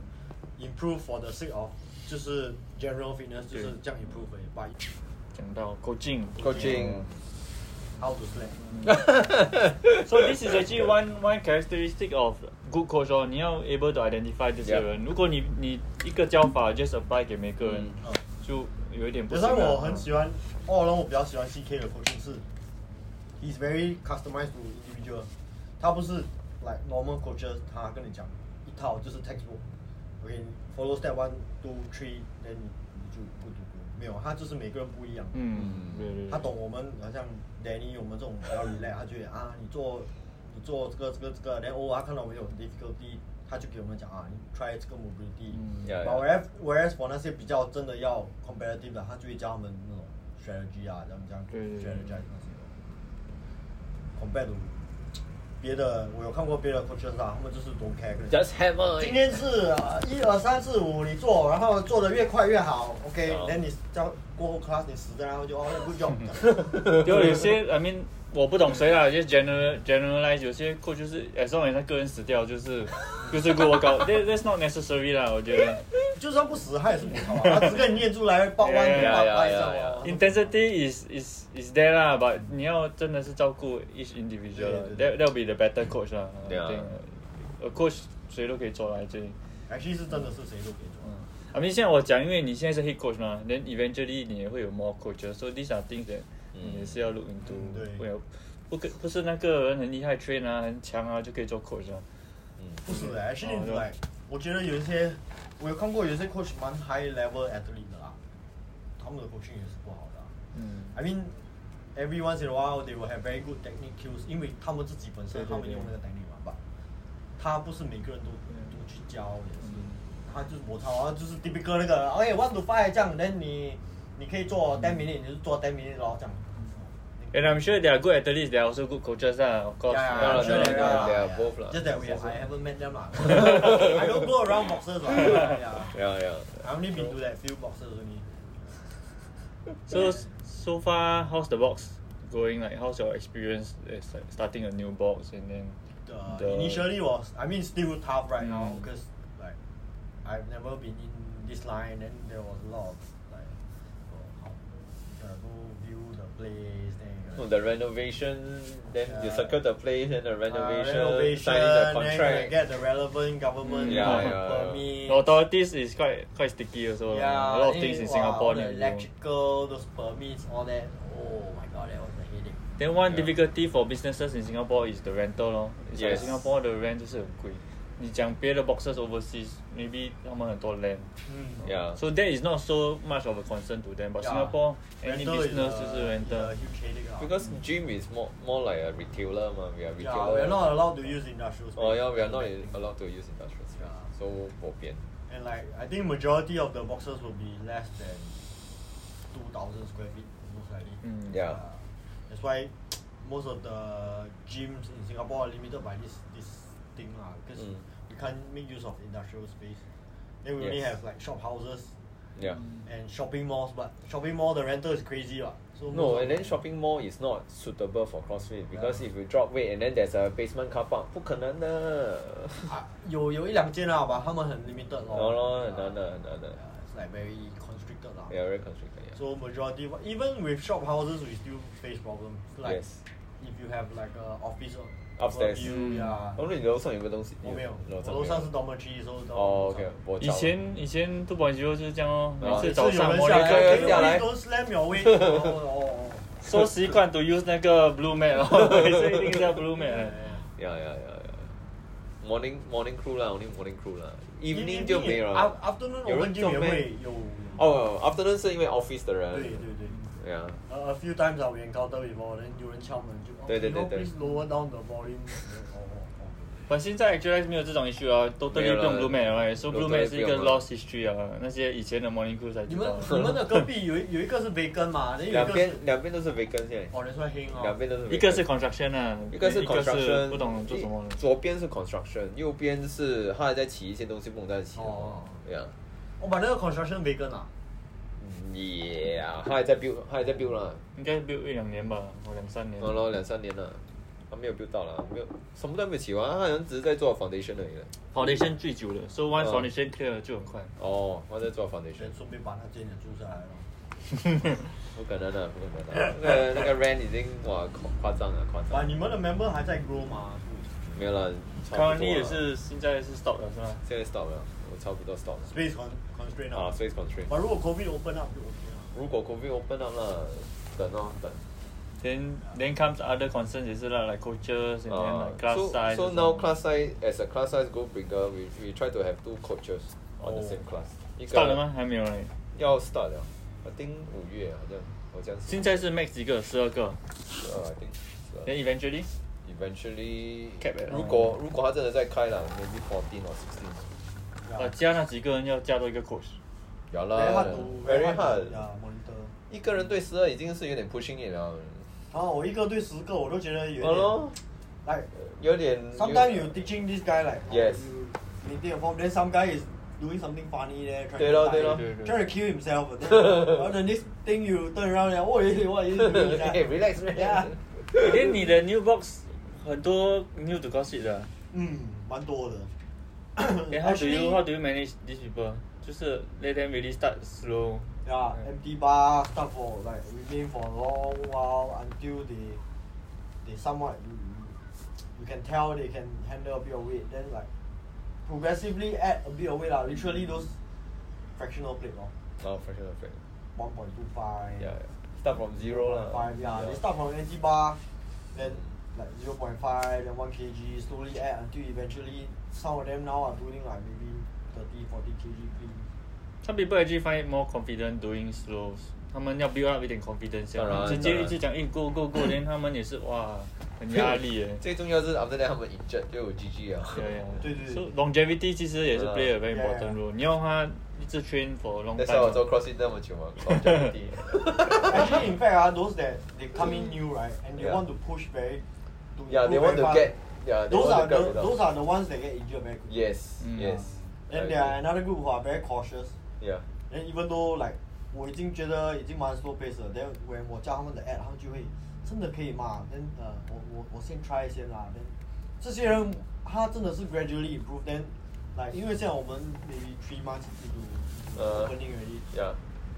S3: improve for the sake of 就是 general fitness，就是这样 improve 而已 by
S2: 讲到 coaching，
S1: Coaching
S3: how to slack。
S2: So this is actually one one characteristic of good coach 哦，你要 able to identify 这些人。如果你你一个教法 just apply 给每个人，
S3: 嗯
S2: 就有一点不
S3: 可
S2: 行
S3: 是
S2: 了。
S3: 我很喜
S2: 欢，
S3: 欢，all along 我比较喜欢 CK 的 coaching 是，he's very customized to individual，他不是 like normal coaches，他跟你讲一套就是 textbook，OK、follow step one two three，then 你就不读没有，他就是每个人不一样。
S2: 嗯，对对对，
S3: 他懂我们，好像 Danny 我们这种比较 relax，他觉得啊，你做你做这个这个这个，然后他看到我们有 difficulty，他就给我们讲啊，你 try 这个 mobility、
S2: 嗯
S1: Yeah,
S3: whereas whereas for 那些比较真的要 competitive 的，他就会教他们那种 strategy 啊，怎么讲
S2: 对对对
S3: strategy 那些。compared to 别的，我有看过别的 coaches 啊，他们就是 don't care 跟你讲。
S1: Just hammer.
S3: 今天是呃一二三四五，你做，然后做的越快越好，OK。
S1: 好
S3: 等你教过后 class 你死在，然后就哦那 good job。
S2: 就有些 I mean 我不懂谁啦，有些 general generalize 有些 coach 就是 as long as 他个人死掉就是就是 good workout。That that's not necessary 啦，我觉得。
S3: 就算不死，他也是母头啊，他只跟你念出来报
S2: Yeah,
S3: 弯
S2: yeah,
S3: 八
S1: yeah,
S3: 八
S1: yeah,
S3: 上
S2: Intensity is is is there 啦，but 你要真的是照顾 each individual 啦
S3: 对
S2: ，that that'll be the better coach 啦。
S1: 对啊
S2: a coach 谁都可以做啦，这里。
S3: actually 是真的是谁都可以做。
S2: 嗯，I mean 现在我讲，因为你现在是 head coach 嘛，then eventually 你也会有 more coaches，so these are things that
S1: 嗯
S2: 你也是要 look into
S3: 嗯对
S2: 不要不可不是那个人很厉害，train 啊很强啊就可以做 coach 啊。
S1: Mm.
S3: 不是的，actually
S2: 哦对
S3: like 我觉得有一些，我有看过有一些 coach 蛮 high level athlete 的啦，他们的 coaching 也是不好的啊。
S2: 嗯
S3: I mean every once in a while they will have very good technique cues，因为他们自己本身
S2: 对对
S3: 他们
S2: 对
S3: 用那个 technique 嘛，吧。他不是每个人都
S2: 对
S3: 都去教，也是
S2: 嗯，
S3: 他就是我操，然后就是 typical 那个，哎，one to five 这样，那你你可以
S2: 嗯
S3: 做 ten minute，你就做 ten minute 咯，这样。
S2: ，and I'm sure they are good athletes, they are also good coaches 啊，of course。
S3: Yeah,
S1: No,
S3: yeah,
S1: no,
S3: sure
S1: no,
S3: they
S1: no,
S3: are,
S1: they are
S3: yeah.
S1: both lah.
S3: Just that we have, I haven't met them lah. I don't go around boxers lah. Yeah.
S1: Yeah, yeah.
S3: I only been to that few boxers only.
S2: So so far, how's the box going? Like, how's your experience as like starting a new box and then
S3: The,
S2: The-
S3: initially was, I mean, still tough right now
S2: Mm.
S3: because like I've never been in this line and there was a lot of like oh, how you gotta go view the place then you
S2: Oh,
S3: gotta uh,
S1: No, the renovation, then you
S3: Yeah.
S1: circle the place and the renovation,
S3: uh, renovation
S1: signing the
S3: then you
S1: contract.
S3: get the relevant government uh,
S2: Mm, yeah,
S1: yeah, yeah.
S3: permit.
S2: the authorities is quite quite sticky also. lah.
S3: Yeah,
S2: a lot of
S3: then,
S2: things in
S3: wow,
S2: Singapore.
S3: all the
S2: need to know.
S3: electrical, those permits, all that. Oh my god, that was a headache.
S2: Then one
S1: Yeah.
S2: difficulty for businesses in Singapore is the rental 咯。It's like
S1: Yes.
S2: Singapore 的 rent 就是很贵。你讲别的 boxes overseas, maybe 他们很多 land.
S3: Mm.
S1: Yeah.
S2: So that is not so much of a concern to them. But
S3: Yeah.
S2: Singapore, any
S3: Rental is
S2: business
S3: a-
S2: 就是 rental.
S3: is a huge headache. ah.
S1: Because gym is more more like a retailer, man. We are
S3: yeah,
S1: retailer.
S3: we're not allowed to use industrial space.
S1: uh, Oh yeah, we are not allowed to use industrial space.
S3: Yeah.
S1: So bo pian.
S3: And like, I think majority of the boxes will be less than 2,000 square feet, most likely.
S2: Mm.
S1: Yeah.
S3: Uh, that's why most of the gyms in Singapore are limited by this this thing lah, because
S1: Mm.
S3: we can't make use of industrial space. Then we only
S1: Yes.
S3: have like shop houses
S1: Yeah.
S3: and shopping malls, but shopping mall the rental is crazy lah. So
S1: No,
S3: most
S1: and
S3: of-
S1: then shopping mall is not suitable for CrossFit because if you drop weight and then there's a basement car park, 不可能的。
S3: 啊，有有一两间啦，吧，他们很 limited 咯。
S1: No, no,
S3: 啊
S1: 很难的，很难的。
S3: Yeah, It's like very constricted 啦。
S1: Yeah, very constricted. Yeah.
S3: So majority, even with shop houses, we still face problem. Like
S1: yes.
S3: if you have like a office or
S1: Upstairs.
S3: view, yeah.
S1: 哦，那你楼上有没有东西？
S3: 我没有，我
S1: 楼上没有。
S3: 楼上是 dormitory，所以到
S1: 哦
S3: 楼上
S1: ，OK，我
S2: 以前以前都管球就是这样哦，每
S1: 啊
S2: 次
S3: 每次
S2: 早
S3: 有
S2: 上
S3: 人
S2: 我
S3: 下
S1: 下来
S3: 来，
S1: 下来
S3: Don't slam your way。哦哦哦。
S2: 说习惯 to use 那个 blue mat 哦，每次一定是要 blue
S1: 哎
S2: mat。
S1: Yeah, yeah, yeah, yeah. Morning, morning crew 啦，only morning crew 啦。
S3: Evening
S1: Evening 就没有
S3: 啊
S1: 了。有
S3: Afternoon 我们
S1: 人做
S3: gym 也
S1: 咩
S3: 会有。
S1: 哦，afternoon 是因为 office 的人。
S3: 对对对。
S1: 对。Yeah.
S3: A a few times I we encounter before, then 有人敲门就。
S1: 对对对
S3: "Oh, can
S1: 对
S3: you Please lower down the volume. 哦哦哦。
S2: 但现在 actually 没有这种 issue 啊，都都
S1: 没有
S2: 用
S1: 了
S2: blue mat 了，right？So blue
S1: 都
S2: mat 是一个
S1: 不用了
S2: lost history 啊，那些以前的 morning crew 才
S3: 你
S2: 知
S3: 们
S2: 道。
S3: 你们的隔壁有一有一个是培根 嘛，那有一
S1: 两
S3: 个
S1: 边
S3: 是
S1: 两边都是 vacant 现在，
S3: 哦，你说黑哦，
S1: 两边都是 vacant
S2: 一个是 construction 啊，
S1: 一个是 construction，
S2: 不懂做什么
S1: 一。左边是 construction，右边是他还在起一些东西，不懂在起什么
S3: 哦。
S1: Yeah.
S3: Oh, but 那个 construction vacant 啊
S1: 嗯 Yeah，他还在 build，他还在 build 啦，
S2: 应该 build 一两年吧，我两三年。
S1: 然后两三年了，他没有 build 到啦，没有什么都没有起完，他好像只是在做 foundation 而已了。
S2: foundation 最久了，so once
S1: 嗯
S2: foundation clear 了就很快。
S1: 哦，他在做 foundation，
S3: 人顺便把那间也租下来了。
S1: 不啊可能的，不可能的，那个那 个 rent 已经哇夸夸张了，夸
S3: 哇，
S1: 张。
S3: 你们的 member 还在 grow 吗？
S1: 没有了，差不多
S2: Currently
S1: 啦
S2: 也是现在是 stop 了是吗？
S1: 现在 stop 了，我差不多 stop 了。
S3: Space con constraint
S1: 啊
S3: 啊。
S1: ，space constraint。
S3: 但如果 COVID open up 就 OK 了。
S1: 如果 COVID open up lah, 了，等哦等。
S2: Then then comes other concerns 也是啦，like cultures and then like
S1: uh,
S2: class
S1: so
S2: size.
S1: so
S2: and
S1: now
S2: all.
S1: class size as a class size go bigger, we we try to have two coaches on the
S2: Oh. lah,
S1: same class。一
S2: stop
S1: 个
S2: 了吗？还没有嘞。
S1: 要 start 了，I think ah, 五月好像好像
S2: 现在是 max 几个，十二个。
S1: 十二，I think 十二。
S2: Then eventually
S1: Eventually，
S2: cap at
S1: 如果如果他真的在开了，maybe fourteen or sixteen。
S2: 呃加那几个人要加多一个 coach。
S1: 有啦
S3: 啊 Very hard to
S1: lah. ，very
S3: Yeah,
S1: hard。
S3: monitor.
S1: 一个人对十二已经是有点 pushing it 了。
S3: 然后我一个对十个，我都觉得有
S1: 好哦咯
S3: 点。，来
S1: 有点。
S3: ，sometimes you teaching this guy like. oh,
S1: Yes.
S3: you Maintain a form, then some guy is doing something funny there. trying
S1: 对咯
S3: to
S1: 对咯
S3: die, Trying to kill himself. and then- 然后 the next thing you turn around, like, oh, you- what you doing?
S1: Hey, relax, relax.
S3: Yeah.
S2: Then 你的 new box 很多 new to gossip 的啊。
S3: 嗯，蛮多 的。
S2: Then how do you how do
S3: Actually,
S2: you manage these people？就是 let them really start slow。
S3: Yeah, empty bar stuff for like remain for a long while until they they somewhat you, you can tell they can handle a bit of weight. Then like progressively add a bit of weight lah. Literally those fractional plate lor,
S2: 哦
S1: Oh, fractional plate.
S3: one point two five.
S1: Yeah, yeah. Start from zero lah.
S3: Five, yeah. They start from empty bar, then like 0.5, then 1 kg, slowly add until eventually some of them now are doing like maybe 30, 40 kg clean.
S2: Some people actually find it more confident doing slows. 他们要 build up 一点 confidence，
S1: 当然
S2: 然后直接
S1: 当
S2: 一
S1: 然。
S2: 直讲，哎，go go go，连他们也是哇，很压力耶
S1: 最重要是 after that 他们 injured 就有 GG 啊。
S2: 对啊
S3: 对对对
S2: So longevity 其实也是
S1: 对啊
S2: play a very
S3: Yeah, yeah.
S2: important role。你要他一直 train for a long
S1: That's why 我
S2: time
S1: 做
S2: 嘛。
S1: CrossFit 那么久嘛，longevity。
S3: Actually, in fact, ah, those that they come in new, right, and they
S1: Yeah.
S3: want to push very, to
S1: Yeah, they
S3: improve
S1: want
S3: very
S1: to
S3: fast,
S1: get. Yeah, they
S3: those are
S1: want to
S3: the,
S1: get results.
S3: those are the ones that get injured very quickly.
S1: Yes,
S2: Mm.
S1: yes.
S3: Then
S1: I
S3: there are
S1: agree.
S3: another group who are very cautious.
S1: Yeah.
S3: Then even though like 我已经觉得已经蛮 slow pace 了 then when 我叫他们的 add 他们就会真的可以吗 then 呃我我我先 try 先啦 then 这些人他真的是 gradually improve then like 因为现在我们 maybe three months into
S1: Uh,
S3: opening already
S1: Yeah.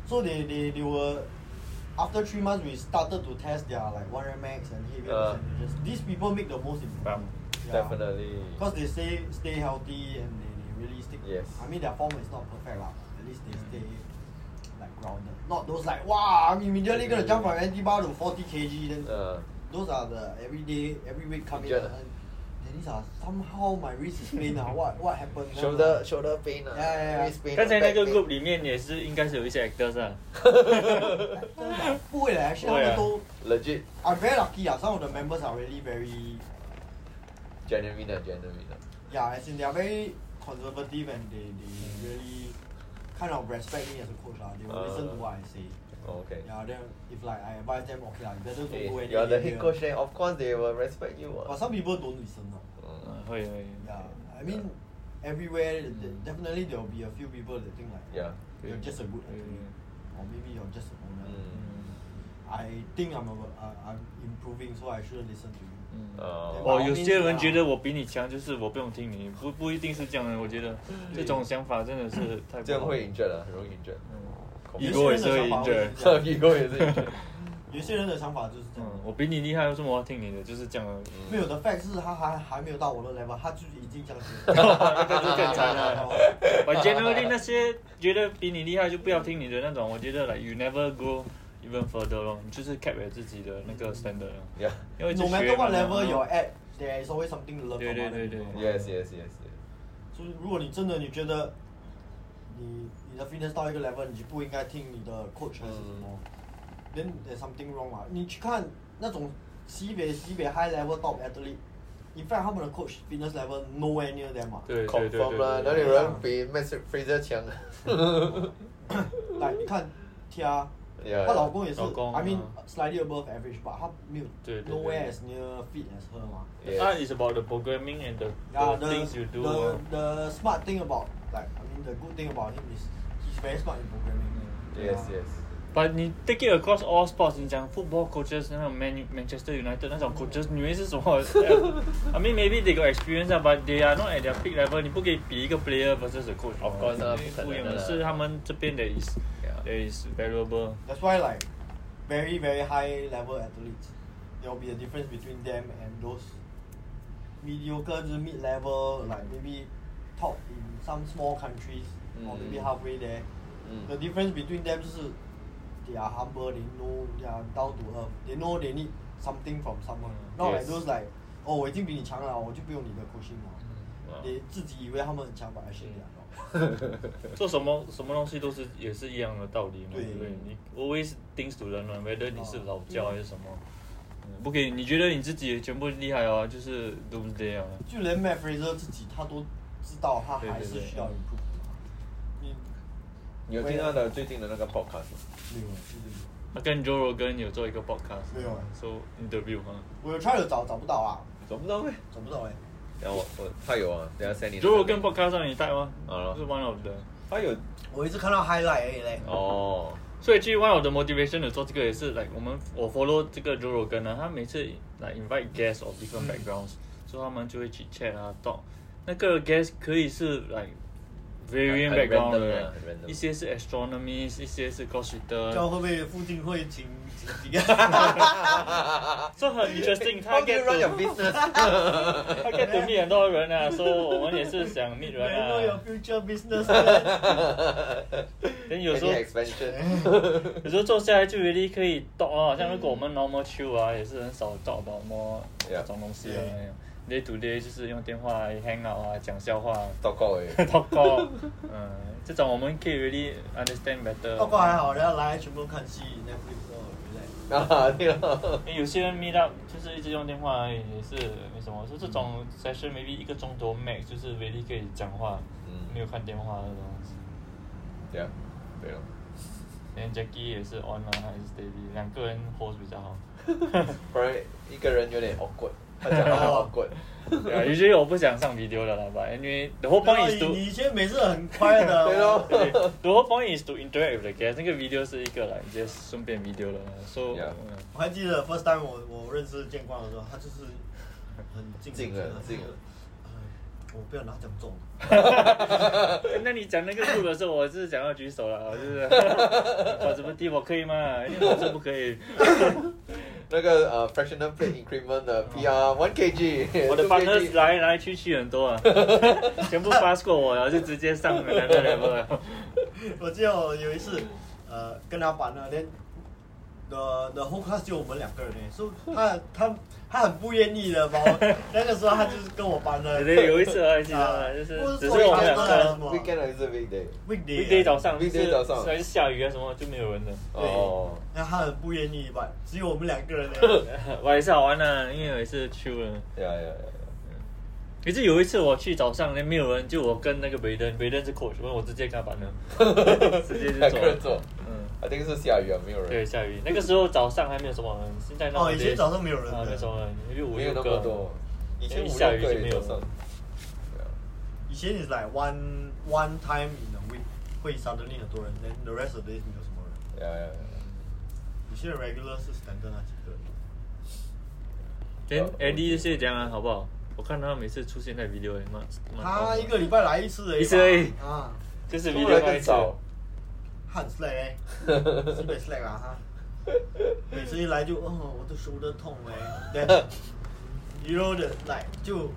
S3: so they they they were after three months we started to test their like one rep max and heavier
S1: Uh.
S3: percentages these people make the most improvement Yeah.
S1: Definitely.
S3: Because they stay stay healthy and they, they really stick.
S1: Mm. Yes. Mm.
S3: I mean their form is not perfect lah. but At least they stay like grounded. Not those like wow, I'm immediately gonna jump from anti bar to 40 kg. Then
S1: Uh,
S3: those are the everyday every week coming.
S1: Yeah.
S3: Yeah. Then these are somehow my wrist is pain now. What what happened? Then ah,
S1: shoulder
S3: like,
S1: shoulder pain 啊
S3: Yeah, yeah, yeah.
S1: wrist pain 啊
S2: 刚才那
S1: back
S2: 个
S1: pain
S2: group 里面也是应该是有一些 actors 啊。
S3: like, 不会 leh, ah, eh. actually
S2: 不会啊。
S3: 他们都
S1: legit
S3: are very lucky ah. Some of the members are really very
S1: genuine 啊 genuine 啊
S3: yeah. As in they are very conservative and they they really kind of respect me as a coach lah. They will listen to
S1: Uh.
S3: what I say.
S1: Oh, okay
S3: Yeah, then if like I advise them, okay, like better don't
S1: Hey,
S3: go
S1: you are the
S3: anywhere.
S1: head coach, then of course they will respect you.
S3: But
S1: ah.
S3: some people don't listen now.
S2: 嗯
S1: 嗯
S2: 会会。
S3: Yeah, I mean, everywhere th- th- definitely there will be a few people that think like
S1: Yeah.
S3: you're just a good athlete, or maybe you're just an owner.
S1: Mm.
S2: 嗯
S3: I think I'm a, I, am improving, so I shouldn't listen to you.
S2: 嗯
S1: 哦
S2: 哦，有些人觉得我比你强，就是我不用听你，不不一定是这样的。我觉得这种想法真的是太
S1: 嗯这
S2: 不
S1: 样
S2: 好。
S1: 会 injured 啊，很容易 injured。
S2: 嗯
S3: 有
S2: ego 也
S3: 些人
S2: 是
S3: 的
S2: 会
S3: 想法会
S2: injured。
S3: 是这样
S1: ego 也是 injured。
S3: 有些人的想法就是这样。
S2: 嗯，我比你厉害，为什么我要听你的？就是这样的。
S3: 没有的 fact 是他还还没有到我的 level，他就已经 这样觉得。
S2: 那个就更惨 了。But generally 那些觉得比你厉害就不要听你的那种，我觉得 like you never go even further 咯，你就是 cap 了自己的那个 standard 咯。
S1: Yeah.
S2: 因为
S3: No
S2: 就
S3: matter
S2: 学
S3: what
S2: 嘛
S3: level you're at, there is always something to learn
S2: 对
S3: from
S2: 对
S3: other
S2: 对对
S3: people.。
S1: Yes, yes, yes.
S3: 就是如果你真的你觉得你你的 fitness 到一个 level，你就不应该听你的 coach 还是什么、t h e n there's something wrong 啊。你去看那种西北西北 high level top athlete，in fact 他们的 coach fitness level nowhere near them 啊。
S2: 对对对
S1: Confirm 啦，哪
S2: 对对
S1: 里
S2: 对。
S1: 有人比 Max Fraser 强啊？
S3: 来你看 Tia，
S1: Yeah,
S3: 她老公也是
S2: 老公
S3: ，I mean
S2: 嗯
S3: slightly above average 吧，他没有
S2: 对对对
S3: nowhere as near fit as her 嘛。
S1: Yes.
S2: Art is Ah, about the programming and the,
S3: Yeah,
S2: the
S3: the,
S2: things you do.
S3: the, the smart thing about like I mean the good thing about him is very smart in programming.
S1: Yes, yes.
S2: But 你 take it across all sports，你讲 football coaches 那种 Man Manchester United 那种 coaches，你以为是什么 ？I mean maybe they got experience 啊，but they are not at their peak level。你不可以比一个 player versus a coach。
S1: Of course 啊不可能
S2: 不一样
S1: 的
S2: 的
S1: 啦
S2: 是他们这边的 is
S1: Yeah.
S2: there is valuable。
S3: That's why like very very high level athletes, there will be a difference between them and those mediocre to mid level like maybe top in some small countries or
S1: Mm.
S3: maybe halfway there.
S1: Mm.
S3: The difference between them is they are humble. They know they are down to earth. They know they need something from someone. Not
S1: Mm. Yes.
S3: like those like oh 我已经比你强了，我就不用你的 coaching 了。
S1: Mm.
S2: Wow.
S3: 你自己以为他们很强，but actually they are not.
S2: 做什么什么东西都是也是一样的道理嘛，
S3: 对
S2: 对不对？你 always things to learn one,
S1: Oh
S2: whether 你是
S3: 哦
S2: 老教还是什么，嗯不可以。你觉得你自己全部厉害啊，就是 doomsday 啊。
S3: 就连 Matt Fraser 自己他都知道他还是需要 improve 的嘛。你
S4: 你有听他的最近的那个 podcast 吗？
S3: 没有，就是
S2: 他跟 Joe Rogan 有做一个 podcast，
S3: 没有啊
S2: ，so interview 哈。
S3: 我有 try 了找找不到啊，
S4: 找不到咩？
S3: 找不到哎、
S4: 等下我我他有啊，等下 send 你。
S2: Joe Rogan podcast 上你带吗？
S4: 啊
S2: 是 one of the。
S4: 他有
S3: 我一直看到 highlight 而已嘞。
S4: 哦，
S2: 所以其实 one of the motivation 有做这个也是，like 我们我 follow 这个 Joe Rogan 呢、他每次 like invite guests of different
S3: 嗯
S2: backgrounds，所以、他们就会去 chat 啊，talk。那个 guest 可以是 like varying
S4: 很 random
S2: background 的人
S4: 啊很 random
S2: 一些是 astronomy，一些是 gossiper，
S3: 教会不会附近会请请几个？
S2: 啊这很 interesting。他
S1: How do you
S2: get
S1: run your
S2: to
S1: business?
S2: 他 get to meet 很多人啊，所以我们也是想 meet 人
S3: I know your
S2: 啊。
S3: future business.
S2: 但有时候
S1: Any expansion.
S2: 有时候坐下来就 really 可以 talk 啊，好像如果我们 normal chill 啊，也是很少 talk about more
S4: Yeah.
S2: 这种东西啊
S3: Yeah.。
S2: day to day 就是用电话 hang out 啊，讲笑话 啊
S4: 糟糕欸 诶。
S2: ，talk call，嗯，这种我们可以 really understand better。
S3: 报告还好，人家来全部都看戏，Netflix 哦，对不对？
S1: 啊，对了，
S2: 因为有些人 meet up 就是一直用电话而已，也是没什么。就这
S4: 嗯
S2: 种 session maybe 一个钟头 max，就是 really 可以讲话，
S4: 嗯
S2: 没有看电话那种东西。
S4: 对啊，对了，
S2: 连 Jackie 也是 on 啊，还是 Daily，两个人 host 比较好。
S1: 不然一个人有点 awkward，他讲
S4: 哦
S1: 话很 awkward。
S2: Yeah, usually 啊我不想上 video 了啦，but anyway the whole point is
S3: 对啊
S2: to
S3: 你以前每次很快哦的，
S1: 对咯
S2: 对 the whole point is to interact with the guest。那个 video 是一个啦，你 just 顺便 video 了啦，so
S4: Yeah.
S2: 嗯
S3: 我还记得 first time 我我认识建光的时候，他就是很静
S1: 静了静了。
S3: 哎我不要拿奖中。
S2: 嗯那你讲那个路的时候，我是想要举手了，我就是 我怎么地我可以吗？因为我是不可以，
S1: 那个呃，fractional plate increment 的
S3: 嗯
S1: PR one kg，
S2: 我的
S1: two
S2: partners
S1: kg
S2: 来来去去很多啊， 全部 pass 过我了，就直接上了 another level 了。
S3: 我记得我有一次，呃，跟他玩了，连 the the whole class 就我们两个人呢，所以他他他很不愿意的把我 那个时候他就是跟我玩 了
S2: 对，有一次而已，记得吗啊就是
S3: 啊不是
S2: 只是
S3: 说
S2: 我们
S3: 你
S2: 两
S3: 们
S2: 个
S3: 来
S2: 人
S3: 什么
S1: 啊 weekend 还是 weekday？
S3: weekday 啊
S2: weekday 早上，就是
S1: Weekday 早上
S2: 虽然下雨啊什么就没有人的。
S3: 对
S1: 哦，
S3: 那他很不愿意玩，只有我们两个人呢。
S2: 我也是好玩的、因为我也是去了。
S4: 呀呀呀！
S2: 可是有一次我去早上，那没有人，就我跟那个 Braden，Braden 是 coach，问我直接干嘛呢？ 直接就
S4: 两
S2: 走
S4: 个
S2: 了
S4: 人。做，
S2: 嗯，
S4: I think 是下雨啊，没有人。
S2: 对，下雨。那个时候早上还没有什么人，现在那
S3: 哦，以前早上没有人
S2: 啊，没什
S3: 的，
S2: 么人，因为五
S1: 没有
S2: 六
S1: 那
S2: 个
S1: 么多，以前五
S2: 下雨
S1: 六
S2: 就
S1: 个
S2: 没
S1: 也
S2: 有
S1: 早
S2: 了
S1: 上。
S3: 以前 is like one one time in a week 会 suddenly 很多人，then the rest of the days 没有什么人。
S4: 呀呀呀！
S3: 有些 regular 是 standard 那几个人。
S2: 连 Eddie 这些这样啊，好不好？我看他每次出现在 video 里嘛，蛮好
S3: 他
S2: 玩
S3: 一个礼拜来一次而已吧。
S2: 一次而已
S3: 啊，
S2: 就是 video
S1: 出来
S2: 那一
S1: 更
S2: 次
S1: 早，
S3: 他很 slack 哎、西北 slack 啊哈。每次一来就，哦，我的手都痛 哎、欸。y o u know 的来就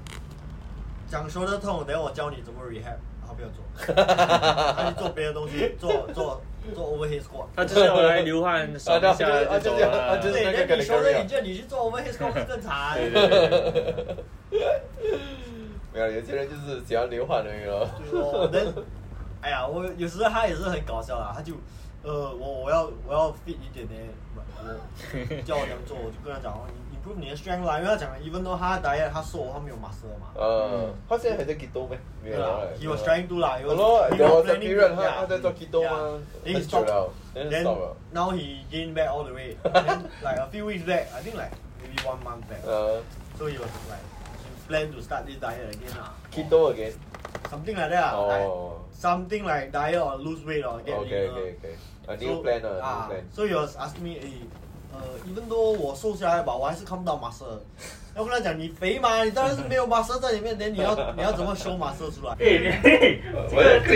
S3: 讲说的痛，等下我教你怎么 rehab，他不要做，他去做别的东 西，做做做 overhead squat。
S2: 他就是要来流汗爽一下
S1: 啊
S2: 就
S1: 就是
S2: 走了
S1: 啊
S2: 啦。
S1: 就是
S3: 对，
S1: 那个
S3: 那你说
S1: category
S3: 的
S1: 啊
S3: 你这你去做 overhead squat 是正常。
S2: 对对对对对对
S1: 没有，有些人就是喜欢流汗而已咯。
S3: 对哦，那哎呀，我有时候他也是很搞笑啊啦，他就呃，我我要我要 fit 一点呢，我叫我这样做，我就跟他讲，哦你 improve 你的 strength 啦，因为他讲，even though 他 diet 他瘦，他没有 muscle 嘛，
S1: 呃，他现在还在 Kido 呗？没有
S3: 啦
S1: 了。
S3: 啊，he was trying to 啦，he
S1: 好咯
S3: was，he
S1: there
S3: was
S1: was a
S3: planning to-
S1: period 他
S3: yeah，
S1: 他在做 Kido 吗
S3: yeah，then he
S1: 很久
S3: stopped
S1: 了，then he
S3: then
S1: stopped 了
S3: now he gained back all the weight. Then, like a few weeks back, I think like maybe one month back.
S1: 呃
S3: So he was like, he planned to start this diet again lah.
S1: Kido again。
S3: something like that. ah,
S1: Oh.
S3: Like, something like diet or lose weight or get
S1: Okay,
S3: leaner.
S1: okay, okay. A new plan, ah,
S3: ah,
S1: new plan.
S3: So he was asking me, eh, uh, even though 我瘦下来 but 我还是看不到 muscle。要跟他讲你肥嘛，你当然是没有 muscle 在里面，then你要你要怎么 show muscle 出来？
S2: 这个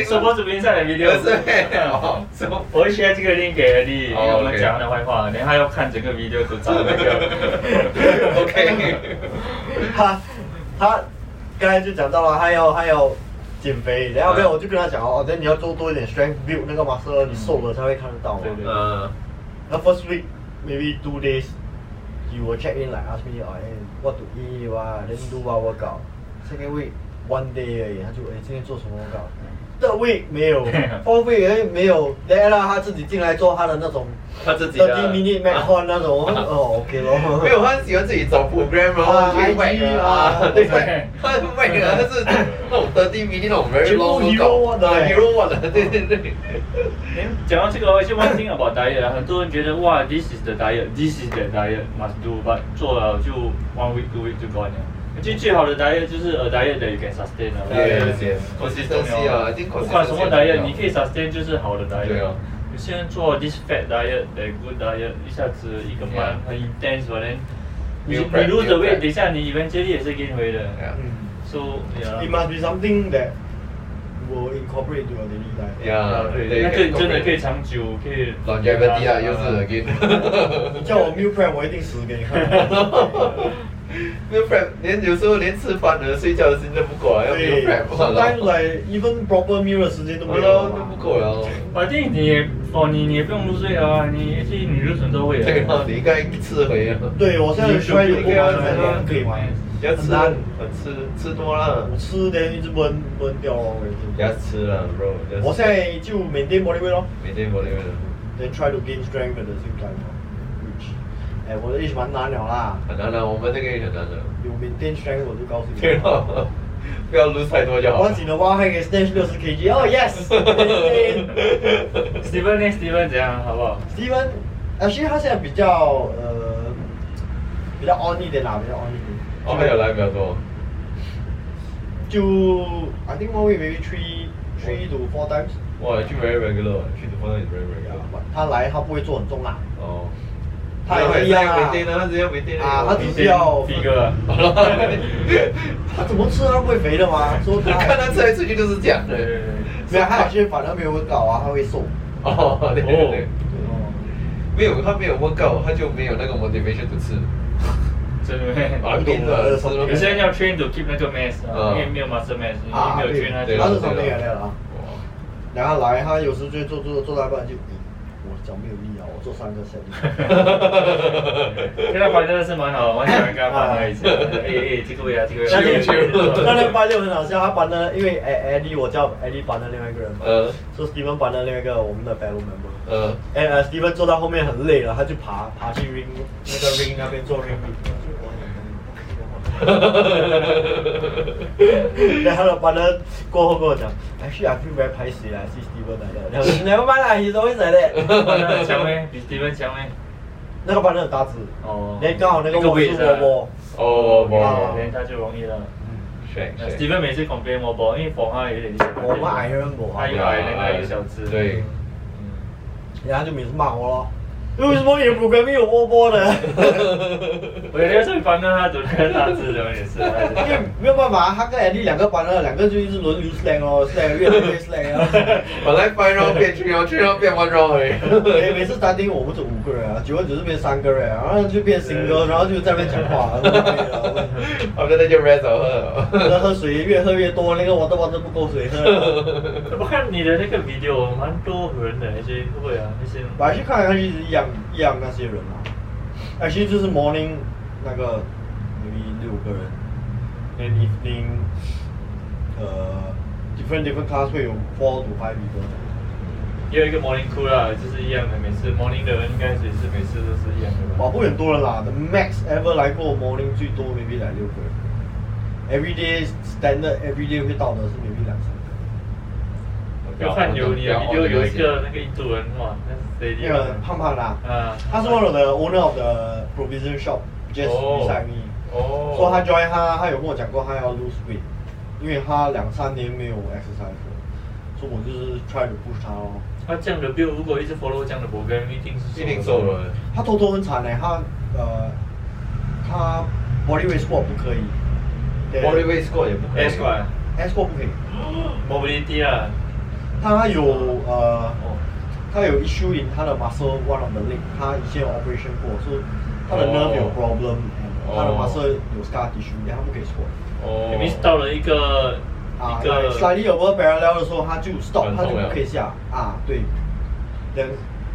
S2: 是我这边上的 video，我会 share 这个 link 给 Eddie，因为我们讲他的坏话，连他要看整个 video 都找那个。
S3: 他他刚才就讲到了，他要他要减肥，然后没有
S1: 嗯
S3: 我就跟他讲哦，那你要做多一点 strength build 那个 muscle，你瘦了才会看得到嘛。
S2: 对对
S1: 呃，
S3: 那 first week maybe two days he will check in like ask me oh hey, what to eat what then do what workout. Second week one day 而已，他就哎今天做什么 workout。Third week 没 有，fourth week 哎没有，然后他自己进来做他的那种
S1: 他自己
S3: thirty
S1: 的
S3: minute marathon 那种，我就哦 OK 咯。
S1: 没有，他喜欢自己找 program，然后去
S3: IG
S1: 喂
S3: 啊
S1: 对
S2: 对，
S1: 他很喂啊，但是那种 dirty mini 那种 very
S3: 全部
S1: long
S3: hero one 的欸
S1: 哦 hero 啊 one 的，对对对。
S2: 讲到这个 actually one thing about diet 啊，很多人觉得哇 this is the diet this is the diet must do，but 做了就 one week two week 就 gone 了。其实最好的 diet 就是 a diet that you can sustain 啊。
S1: Yes,
S2: Yeah.
S1: yes. Consistency 啊，一定 consistency
S2: 不管什么
S1: 很重要
S2: diet，你可以 sustain 就是好的 diet。
S1: 对啊
S2: 有些人做 this fat diet that good diet，一下子一个
S1: Yeah.
S2: month 很 intense，可能你
S1: Meal
S2: 你
S1: prep,
S2: lose the
S1: meal
S2: weight，
S1: prep.
S2: 等一下你 eventually 也是 gain 回的。
S1: Yeah.
S2: So yeah.
S3: 嗯 It must be something that will incorporate into your daily life.
S1: Yeah,
S2: 对，那
S1: that you
S2: 个
S1: can
S2: 真的
S1: incorporate.
S2: 可以长久，可以
S1: Longevity 啊，又是 again。
S3: 你 叫我 meal prep，我一定死 给你看。
S1: 没有 prep，连有时候连吃饭的、睡觉的时间都不够啊，要没有
S3: 对
S1: prep，
S3: ，sometimes like even proper meal 的时间都
S1: 都
S3: 没有
S1: 都不
S3: 嘛。
S1: 够了。
S2: 我定你也哦，你你也不用入睡啊，你其实你入睡都会
S1: 对
S2: 的。
S1: 啊，你应该吃回啊，
S3: 对，我现在
S2: You
S3: 摔
S2: should
S3: 有
S2: be
S3: 不
S1: aware
S3: 完
S1: of
S3: 全
S1: that.
S3: 可以吗？
S1: 要吃
S3: 很难，
S1: 吃吃多了
S3: 我，吃的一直闷闷掉了，我已
S1: 要
S3: 经。
S1: 吃了，bro。
S3: 我现在就 maintain body weight 咯
S1: 每天我那个
S3: ，then try to gain strength at the same time 咯。Which，哎，我的 age 蛮难了啦，
S1: 很难啊的，我们这个也很难的。
S3: 有 maintain strength 我就告诉你。
S1: 对了，不要 lose 太多就好了
S3: Once。in a while 还可以 snatch 六十 kg，哦 yes。
S2: Steven 呢？Steven 怎样？好不好？
S3: Steven，呃，其实他现在比较呃比较 on 一点啦，比较 on 一点。
S1: 哦，还有来比较多。
S3: 就 I think one week maybe three three to four times。
S1: 哇，去 very regular，去的方向也 very regular。
S3: 他来他不会做很重啦，
S1: 哦，
S3: 他
S1: 那
S3: 也是一
S1: 要
S3: 样啊
S1: 每。天呢，他只要每天
S3: 啊他只是要
S2: 第一个，
S3: 他怎么吃他不会肥的吗？说
S1: 你
S3: 他
S1: 看他吃来吃去就是这样的
S2: 对。对
S3: 没有，他有些反而没有搞啊，他会瘦。
S1: 哦，对对对，
S3: 对
S1: 没有他没有 work out，他就没有那个 motivation to 吃。
S2: 真的咩
S1: 啊，拼了，吃了。
S2: 哦有些人要 train to keep 那个 mass，
S1: 嗯
S2: 啊因为没有 muscle mass，你
S3: 啊，
S2: 没有 train
S1: 对
S2: 那
S3: 他是
S1: 了
S3: 从
S1: 对
S3: 那
S1: 了
S3: 个来的啊。
S1: 哇
S3: 然后来他有时就做做做到一半就，咦我脚没有力啊，我做三个 set。
S2: 跟他玩真的是蛮好，我想跟他玩了一次。哎哎，这个位啊，这个位啊。
S3: 那天那天
S2: 去
S3: 班就很好笑，他班的因为艾艾莉，我叫艾莉班的另外一个人嘛，
S1: 呃
S3: 说 Steven 班的另外一个我们的 fellow member。
S1: 呃，
S3: 哎呃，Steven 坐到后面很累了，他就爬爬去 ring 那个 ring 那边做 ring
S1: 呃
S3: meet。然 后把他过后跟我讲，actually I feel very 拍死啦，see Steven 来了，然后 never mind 啦，he's always like that。
S2: 玩强咩？比 Steven 强咩？
S3: 那个班的很大只，
S2: 哦
S3: 那刚好那个啊我
S2: 位啊
S3: 是窝窝，
S1: 哦，哇
S2: 人家就容易了。
S1: 帅
S2: 呃
S1: 帅。
S2: 아, Steven 뭐 每次 complain 我包，因为包他有点小，
S3: 我们矮人我
S2: 他
S3: 啊，
S2: 有矮人，他有小只。
S1: 对，
S2: 음.
S3: 然后他就每次骂我咯，为什么你的 programming 有窝窝的？
S2: 我觉得最烦的他读那个大字的也是。
S3: 因为没有办法，他跟 Andy 两个班的，两个就一直轮流 slang 哦，slang 越来越 slang 啊。
S1: 本来 five round 变 three round，three round 变 one round 而已。
S3: 每每次打听我们是五个人啊，久而久之变三个人啊，然后就变新歌，然后就在那边讲 话，
S1: 我们那就 rest 了。
S3: 喝喝水越喝越多，那个 water water 不够水喝。
S2: 我看你的那个 video 蛮多人的，那些会啊，那些。
S3: 我还去看，看，一直一样一样那些人啊，哎，其实就是 morning 那个 maybe 六个人，then evening 呃 different different class 会有 four to five people 这样。
S2: 也有一个 morning crew 啦，就是一样的，每次 morning 的人应该也是每次都是一样的
S3: 哇，
S2: 吧。
S3: 不会很多人啦，the max ever 来过 morning 最多 maybe 来六个人，every day standard every day 会到的是 maybe 两三个，
S2: 有看有你的 그 video 有一个那个印度人哇，那是谁
S3: 那个胖胖的啊，
S2: 啊，
S3: 他是 one of the owner of the provision shop just beside me，
S2: 哦，
S3: 说他 join 他，他有跟我讲过他要 lose weight，因为他两三年没有 exercise 了，所以我就是 try to push 他咯。
S2: 他这样的 build 如果一直 follow 뭐, 这样的 program，一定是
S6: 一定瘦了。
S3: 他头头很惨嘞，他呃，他 body weight squat 不可以
S6: Body weight score 也不可以。
S2: a s q u a
S3: s squat 不可以，
S2: 네, mobility 어. 啊，
S3: 他有呃
S2: 哦，
S3: 他有 issue in 他的 muscle one of the leg，他以前有 operation 过，所以他的 nerve 有
S1: 哦
S3: problem，and 他的
S1: 哦
S3: muscle 有 scar tissue，然后不可以 squat。
S1: 哦
S2: 明明是到了一个
S3: 啊
S2: 一
S3: ，like
S2: 个
S3: slightly over parallel 的时候，他就 stop，
S1: 很
S3: 他
S1: 痛
S3: 就不
S1: 了
S3: 可以下啊，对，等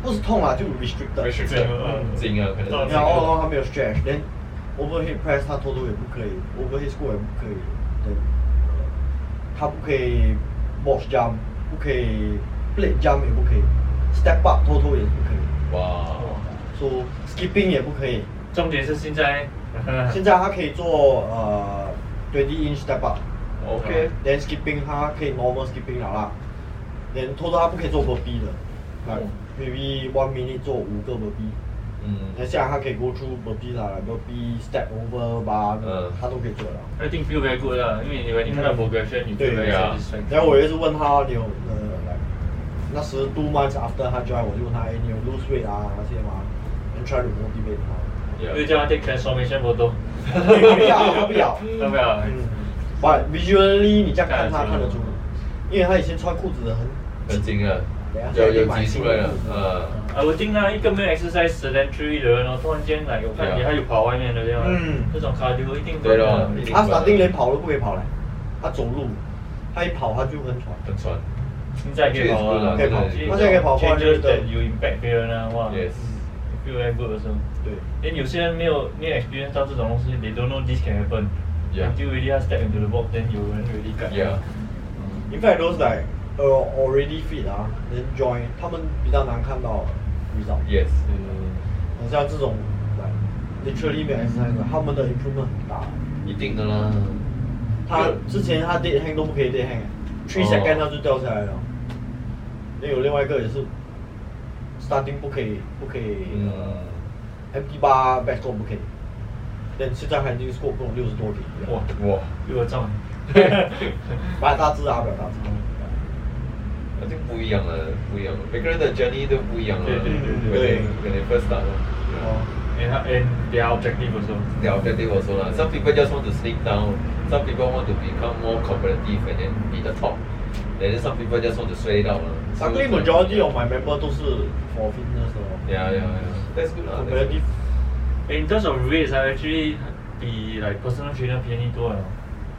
S3: 不是痛啊，就 restricted。
S2: 是
S1: 这样
S2: 嗯
S1: 紧啊，可能
S2: 到
S1: 是
S3: 然后
S2: 这个
S3: all along 他哦没有 stretch，连 overhead press 他偷偷也不可以，overhead squat 也不可以，对，他不可以 box jump，不可以 plate jump 也不可以，step up 偷偷也不可以
S1: 哇，
S3: ，so skipping 也不可以。
S2: 重点是现在 嗯
S3: 现在他可以做呃 twenty inch step up。
S1: OK，
S3: 连 skipping 他可以 normal skipping 了啦，连拖到他不可以做 burpee 的，来、
S2: 哦
S3: maybe one minute 做五个 burpee，
S1: 嗯
S3: 那下来他可以 go through burpee 啦来，burpee step over 吧，
S1: 嗯
S3: 他都可以做了。
S2: I think feel very good 啦，因为你你看到 progression，你 feel
S3: 嗯对
S2: very
S1: 啊
S2: satisfied。
S3: 然后我也是问他你有呃来，那时 two months after 他 join 我就问他，哎，你有 lose weight 啊那些吗？and try to motivate 他，
S2: 又叫他 take transformation photo，
S3: 他不要他不要，
S2: 要不要？
S3: 嗯，but visually 你这样看他
S2: 啊看得出
S3: 看得出，因为他以前穿裤子很
S1: 很紧啊
S3: 等下，
S1: 有
S3: 再
S1: 有
S3: 买
S1: 挤
S3: 新
S1: 出
S3: 的
S1: 来了
S3: 裤，子
S1: 嗯，
S2: 啊，我听啊，一个没有 exercise sedentary 的人哦，突然间来，我看你
S1: Yeah.
S2: 他有跑外面的这样，
S3: 啊嗯
S2: 这种 cardio 一定
S1: 对
S2: 的
S1: 咯
S2: 啊
S1: 一定
S3: 他打定连跑都不可以跑嘞，他走路，他一跑他就很喘。
S1: 很喘
S2: 现在可以跑啊，
S1: 可以跑
S2: 其实
S1: 他
S3: 现在可以跑
S2: changes
S3: 对
S2: that you impact 别人啊，哇
S1: ，yes，
S2: ，feel very good 的时候。
S3: 对，
S2: 因为有些人没有没有 experience 到这种东西，they don't know this can happen。
S1: Yeah.
S2: Until really 他 step into the box, then 有人 really cut.
S1: yeah，
S3: in fact those like 呃 already fit 啊，能 join 他们比较难看到 result。
S1: yes，嗯
S3: 很像这种 like literally 没有 exercise，的他们的 improvement 很大。
S1: 一定的啦，
S3: 他之前他 dead hang 都不可以 dead hang，three
S1: 哦
S3: second 他就掉下来了。那有另外一个也是，starting 不可以不可以
S1: 嗯，
S3: ，empty bar back squat 不可以，但现在还已经 squat 过六十多斤。
S2: 哇，
S1: 哇
S2: 比我重。
S3: 把大致啊，表大致。
S1: 那就不一样了，不一样了，每个人的 journey 都不一样了，
S2: 对对
S3: 对对
S1: ，when they first start，
S3: 哦，
S2: And 他 and their objective also.
S1: their objective also lah. Some people just want to sneak down. Some people want to become more competitive and then be the top. Then some people just want to sweat it out lah. So-
S3: luckily majority of my member 都是 for fitness 的哦
S1: Yeah, yeah, yeah. That's good lah. that's
S3: competitive
S1: good.
S2: In terms of rates, I actually 比 like personal trainer 便宜多了。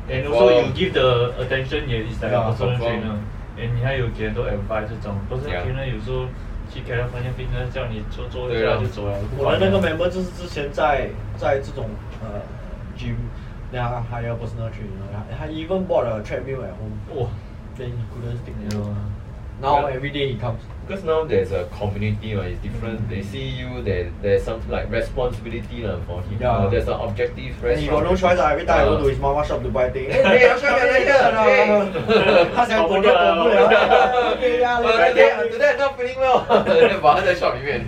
S2: And lah.
S1: For-
S2: also you give the attention 也 is like a
S3: Yeah,
S2: personal
S1: for-
S2: trainer. And 你还有给很多 advice 这种 personal
S1: Yeah.
S2: trainer 有时候去 California fitness 叫你做做一
S1: 对
S2: 下
S1: 啊
S2: 就走了。不
S3: 我
S2: 管
S3: 的那个
S2: 了
S3: member 就是之前在在这种呃 gym，然后他 hire personal trainer，他他 even bought a treadmill at home，
S2: 哇，
S3: then he couldn't stick
S2: you know,
S3: Now every day he comes.
S1: Because now there's a community, lah. it's different. They see you, there, there's some like responsibility lah for him.
S3: Yeah.
S1: Uh, There's an objective. Uh,
S3: And he got no choice. ah, Every time I go to his mama shop to buy things. Hey, hey, I'm trying to get that. Hey, 他想躲都躲不了。
S1: Ờ,
S3: 对呀，来
S1: today,
S3: 来
S1: today I'm not feeling well. 把他在 shop 里面。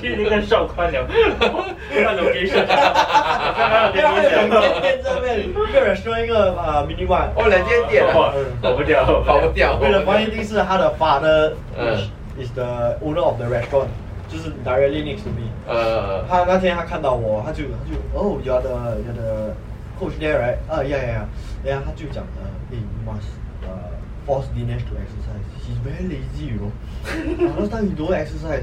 S2: 去那个少宽了，换 location，
S3: 啊，对啊，他有两间
S2: location，
S3: 店在那边，一个 restaurant，一个呃 mini one。
S1: 哦，两间店啊，
S2: 跑不掉，
S1: 跑不掉。
S3: 为了防疫定是他的 father
S1: 嗯
S3: is the owner of the restaurant，就是 directly next to me。
S1: 呃，
S3: 他那天他看到我，他就他就哦，you are the you are the coach there right？啊，yeah yeah yeah。然后他就讲呃，hey you must 呃 force Dinesh to exercise. He's very lazy, you know. a lot of time he don't exercise.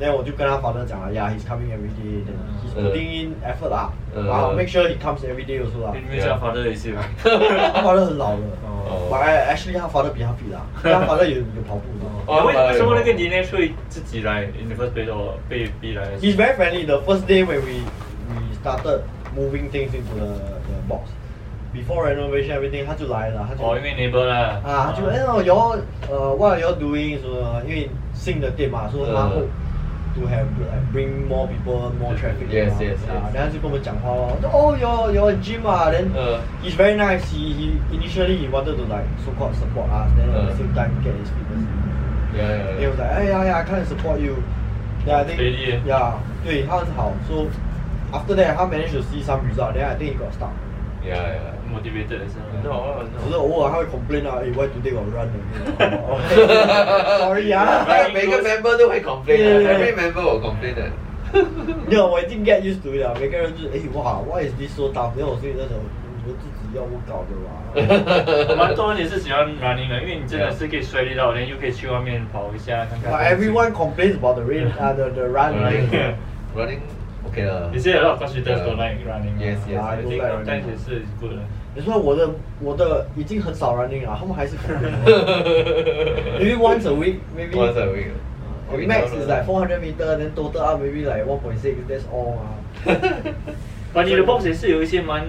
S3: Then 我就跟他 father 讲了，yeah he's coming every day. Then he's
S1: 嗯
S3: putting in effort 啦，
S1: 嗯
S3: 然后 make sure he comes every day also 啦
S2: 你。没想发这一次吧？
S3: 他 father 很老了，
S1: 哦
S3: 本来 actually 他 father 比他 fit 啦，他 father 有有跑步的。
S1: 哦
S2: 为为什么那个 d i n 会自己来 in the first place or 被逼来
S3: He's very friendly. The first day when we we started moving things into the the box, before renovation everything，他就来了，他就
S2: 哦，因为 neighbor 啦。
S3: 啊，他就哎呦，y'all 呃，what are y'all doing？说因为新的店嘛，说他
S1: 嗯
S3: hope to have like bring more people, more traffic.
S1: Yes,
S3: 嘛
S1: yes,
S3: 啊
S1: yes.
S3: 然后他就跟我们讲话哦，哦，y'all y'all gym 啊，then
S1: 嗯
S3: he's very nice. He he initially he wanted to like so called support us, then at the
S1: 嗯
S3: same time get his fitness.
S1: Yeah,
S3: He was like, hey, yeah, yeah, I can't support you. Yeah, I think,
S2: Really?
S3: yeah, 对他很好。So after that, 他 managed to see some result. Then I think he got stuck.
S1: Dạ, yeah, yeah.
S2: motivated as well. right?
S3: No, no, "Oh, 可是偶尔他会 complain 啊，哎、欸、，Why today got run again？Sorry 啊，
S1: 每个 member 都会 complain
S3: 对对
S1: 的
S3: 对
S1: ，every member 我 complain à? 的。
S3: no，我已经 get used to it ah. 了。每个人就是哎、哇，Why is this so tough？然后我心里在想，你们自己要我搞的吧？
S2: 我蛮多人也是喜欢 running 的，因为你真的是可以摔力到，然后又可以去外面跑一下看看。
S3: But everyone complains about the rain, uh, the the run.
S2: Running.
S1: Ờ, Running OK à. 了。
S2: You see a lot of crossfitters
S1: Yeah.
S2: don't like running.
S1: Yes, yes,
S2: I
S3: yes.
S2: think
S3: I don't
S2: sometimes
S3: like running.
S2: 也是 good 的。
S3: 你说我的我的已经很少 running 了，他们还是 complain. maybe once a week, maybe
S1: Once a week.
S3: Uh, max is like 400 meter, then total up maybe like 1.6. That's all. 啊。
S2: 那你的 box 也是有一些蛮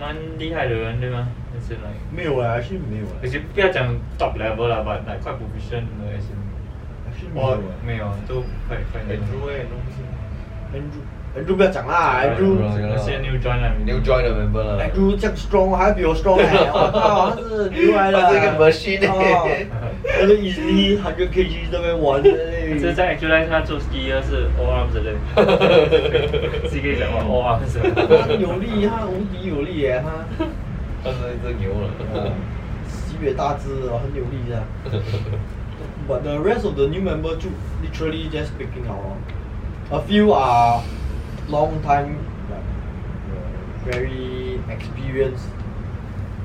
S2: 蛮厉害的人，对吗？也是 like，
S3: 没有啊，是没有啊
S2: 而且不要讲 top level 啦，but like 快 proficient 的那些。
S3: 是没有
S2: 我
S3: 啊。
S2: 没有，都快快点。
S3: Andrew Andrew 不要讲啦
S1: ，Andrew
S3: ，Andrew
S2: 那些 new join 啦
S1: New join 的 member 了。
S3: Andrew 这样 strong 还比我 strong 哎、我靠，他是牛来的。
S1: 他是一个 machine 欸
S3: 哦他就 easily 100 kg 这边玩在那里。
S2: 这在 actualize 他做 skier 是 all arms 的，是可以讲吗？all arms
S3: 他有力，他无敌有力耶，他。
S1: 他是一只牛
S3: Ờ.
S1: 了。
S3: 西北大只哦，很有力的。But the rest of the new member 就 literally just picking out. lor. A few are long time, like, uh, very experienced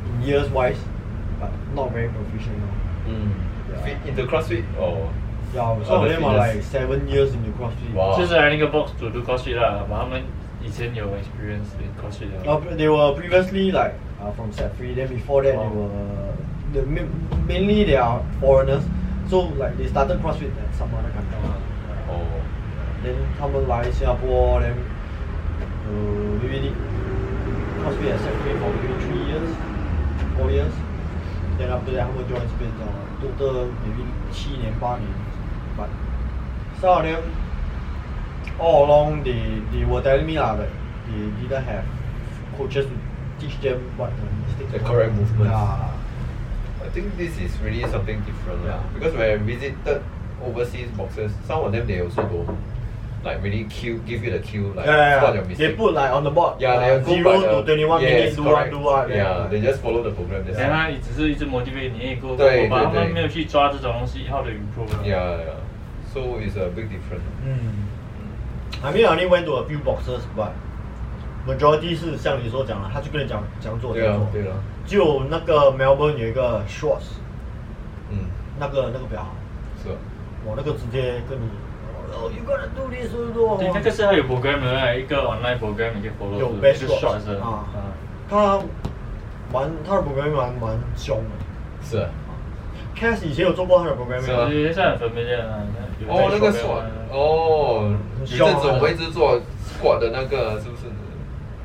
S3: in years wise, but not very proficient. lor.
S1: 嗯。Fit Ừ. into CrossFit 哦。
S3: Yeah, some of
S1: the
S3: them are like
S1: fitness.
S3: seven years into CrossFit.
S1: Wow.
S2: 就是来那个 box 主 do crossfit 啦，把他们以前有 experience in crossfit 的。
S1: 哦
S3: Uh, they were previously like uh, from set free. Then before that, they were the, ma- mainly they are foreigners. So like they started CrossFit at some other country.
S1: 哦。
S3: then 他们来新加坡 then 呃 maybe CrossFit at set free for maybe three years, four years. Then after that 他们 join 这边这样 total maybe 七年八年 but some of them all along they they were telling me lah that they didn't have coaches to teach them what the mistakes
S1: The
S3: were.
S1: correct movements.
S3: Yeah.
S1: I think this is really something different lah.
S3: Yeah.
S1: Because when I visited overseas boxers, some of them they also don't like really cue, give you the cue like spot your mistake.
S3: They put like on the board.
S1: yeah,
S3: like,
S1: they go by
S3: zero
S1: the-
S3: to twenty one
S1: yes,
S3: minutes do one
S1: correct.
S3: do one.
S1: Yeah, they just follow the program. That's
S2: 然后
S1: yeah.
S2: 他只是一直 motivate 你，哎，过
S1: 对
S2: 过吧，
S1: 对
S2: 他们
S1: 对
S2: 没有去抓这种东西，how to improve 啊
S1: yeah, yeah. So it's a big difference.
S3: Mm. I mean, I only went to a few boxes, but majority 是像你所讲的，他就跟你讲讲做
S1: 对
S3: 讲
S1: 啊
S3: 做。，
S1: 对啊，
S3: 就那个 Melbourne 有一个 Shorts，
S1: 嗯，
S3: 那个那个比较好，
S1: 是啊。
S3: 我那个直接跟你，Oh, you gotta do this, do that。
S2: 对，那个是他有 program 的啊，一个 online program 你可以 follow，
S3: 哦有
S2: 是
S3: best
S2: 一个
S3: shots
S2: shot 的
S3: 啊
S1: 嗯
S2: 啊。
S3: 他玩他的 programming 玩蛮凶的。
S1: 是啊。
S3: Cass 以前有做过他的
S1: 是
S3: programming，
S1: 吗
S3: 啊
S2: 对，是很 familiar 啊。有
S1: 哦，那个
S2: best
S1: 是
S2: program 啊
S1: 哦，有一阵
S3: 凶啊
S1: 子我们一直做 squat 的那个，是不是？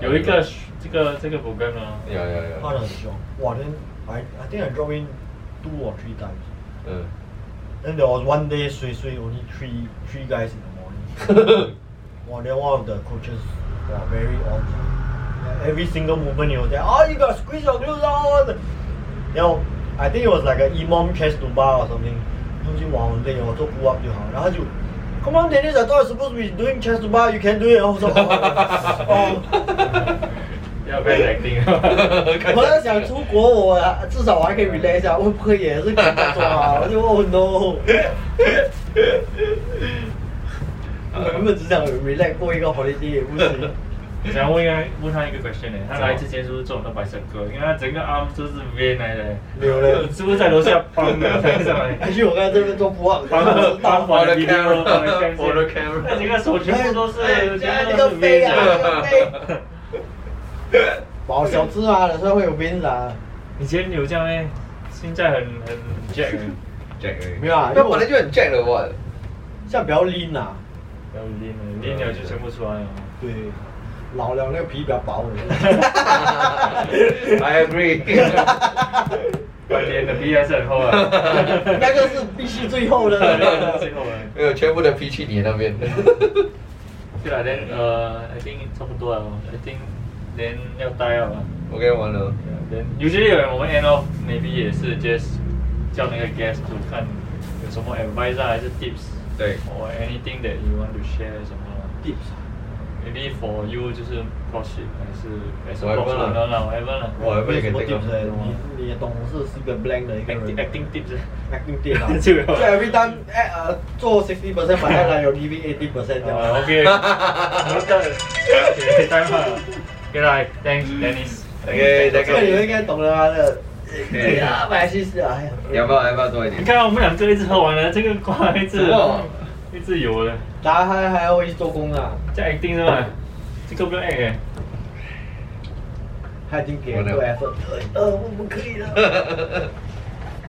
S2: 有一个这个这个 program 呢，
S1: 呀呀
S3: 他的
S1: 呀，
S3: 很凶。哇，then I I think I drop in two or three times。
S1: 嗯，
S3: Then there was one day, Sui Sui, only three three guys in the morning. wow, then one of the coaches wow, very on. Like, every single movement, he was there. Oh, you gotta squeeze your glutes on. You know, I think it was like an imam chest to bar or something. 他们就往累哦，做 pull up 就好，然后就 Come on, Dennis, I thought I was supposed to be doing chest to bar. You can do it. And I was like, oh, oh.
S2: 要 best acting。
S3: 我在想 出国，我至少我还可以 relax 一下，我不可以也是可以这样做啊， 我就 oh no。我原本只想 relax 过一个 holiday 也不行。
S2: 我想问一下，问他一个 question 呢、他来之前是不是做很多白色歌？因为他整个 arm 都是 V 来的，
S3: 有嘞
S2: 是不是在楼下砰的飞上来？
S3: 还去我刚才这边做 pull up，
S2: 砰砰
S1: 我
S2: 我
S1: 的
S2: 的 video，
S1: 我的 camera
S2: 他整个手全部都是，全部
S3: 那
S2: 都
S3: 哎个
S2: 是 V
S3: 飞啊，那
S2: 的。
S3: 个飞。保 小芝麻的时候会有冰的，啊
S2: 以前有这样哎，现在很很 jack，
S1: Jack 而已
S3: 没有啊
S1: 那本来就很 Jack 的哇。
S3: 像比较 lean 啊，
S2: 然后练了练了就全部出来了。
S3: 对，老了那个皮比较薄。
S1: I agree
S2: 关键的皮还是很厚 啊，
S3: 那个是必须最后的。
S2: 最后啊。
S1: 没有，全部的脾气你那边。
S2: 对啊，then lah, 呃，I think 差不多了哦，I think then 要待了吧。
S1: OK，完了。
S2: lah. Then usually when 我们 end off maybe 也是 just 叫那个 guest to 看有什么 advice 啊还是 tips
S1: 对
S2: or anything that you want to share 什么
S3: Tips 啊
S2: Maybe for you 就是 CrossFit 还是 as a
S1: Whatever
S2: box
S1: 啦
S2: owner 啦，whatever lah. 啦。
S1: Whatever you can
S3: 什么
S1: take
S3: tips
S1: 啊
S3: 呢？你你也懂，我是是一个 blank 的一个人
S2: Acting acting tips 啊，
S3: acting tip 啊
S2: 就有
S3: 就 lah. every time 哎呃做 sixty percent 反正还有 leaving eighty percent 这样。
S2: 啊，OK，好的，OK，太好了，OK 啦，Thanks Dennis。
S1: OK，
S3: 这个你们应该懂的啊，这个。 哎
S1: 对
S3: 呀，马来西亚，哎呀，
S1: 你要不要要不要多一点
S2: 你？看我们两个一直喝完了，这个瓜一直
S1: 哇
S2: 一直有了，
S3: 大家还还要会做工啊，
S2: 叫 acting 是吧？这个不要 act 哎。
S3: Oh, 他已经给了 effort，呃，我不可以了。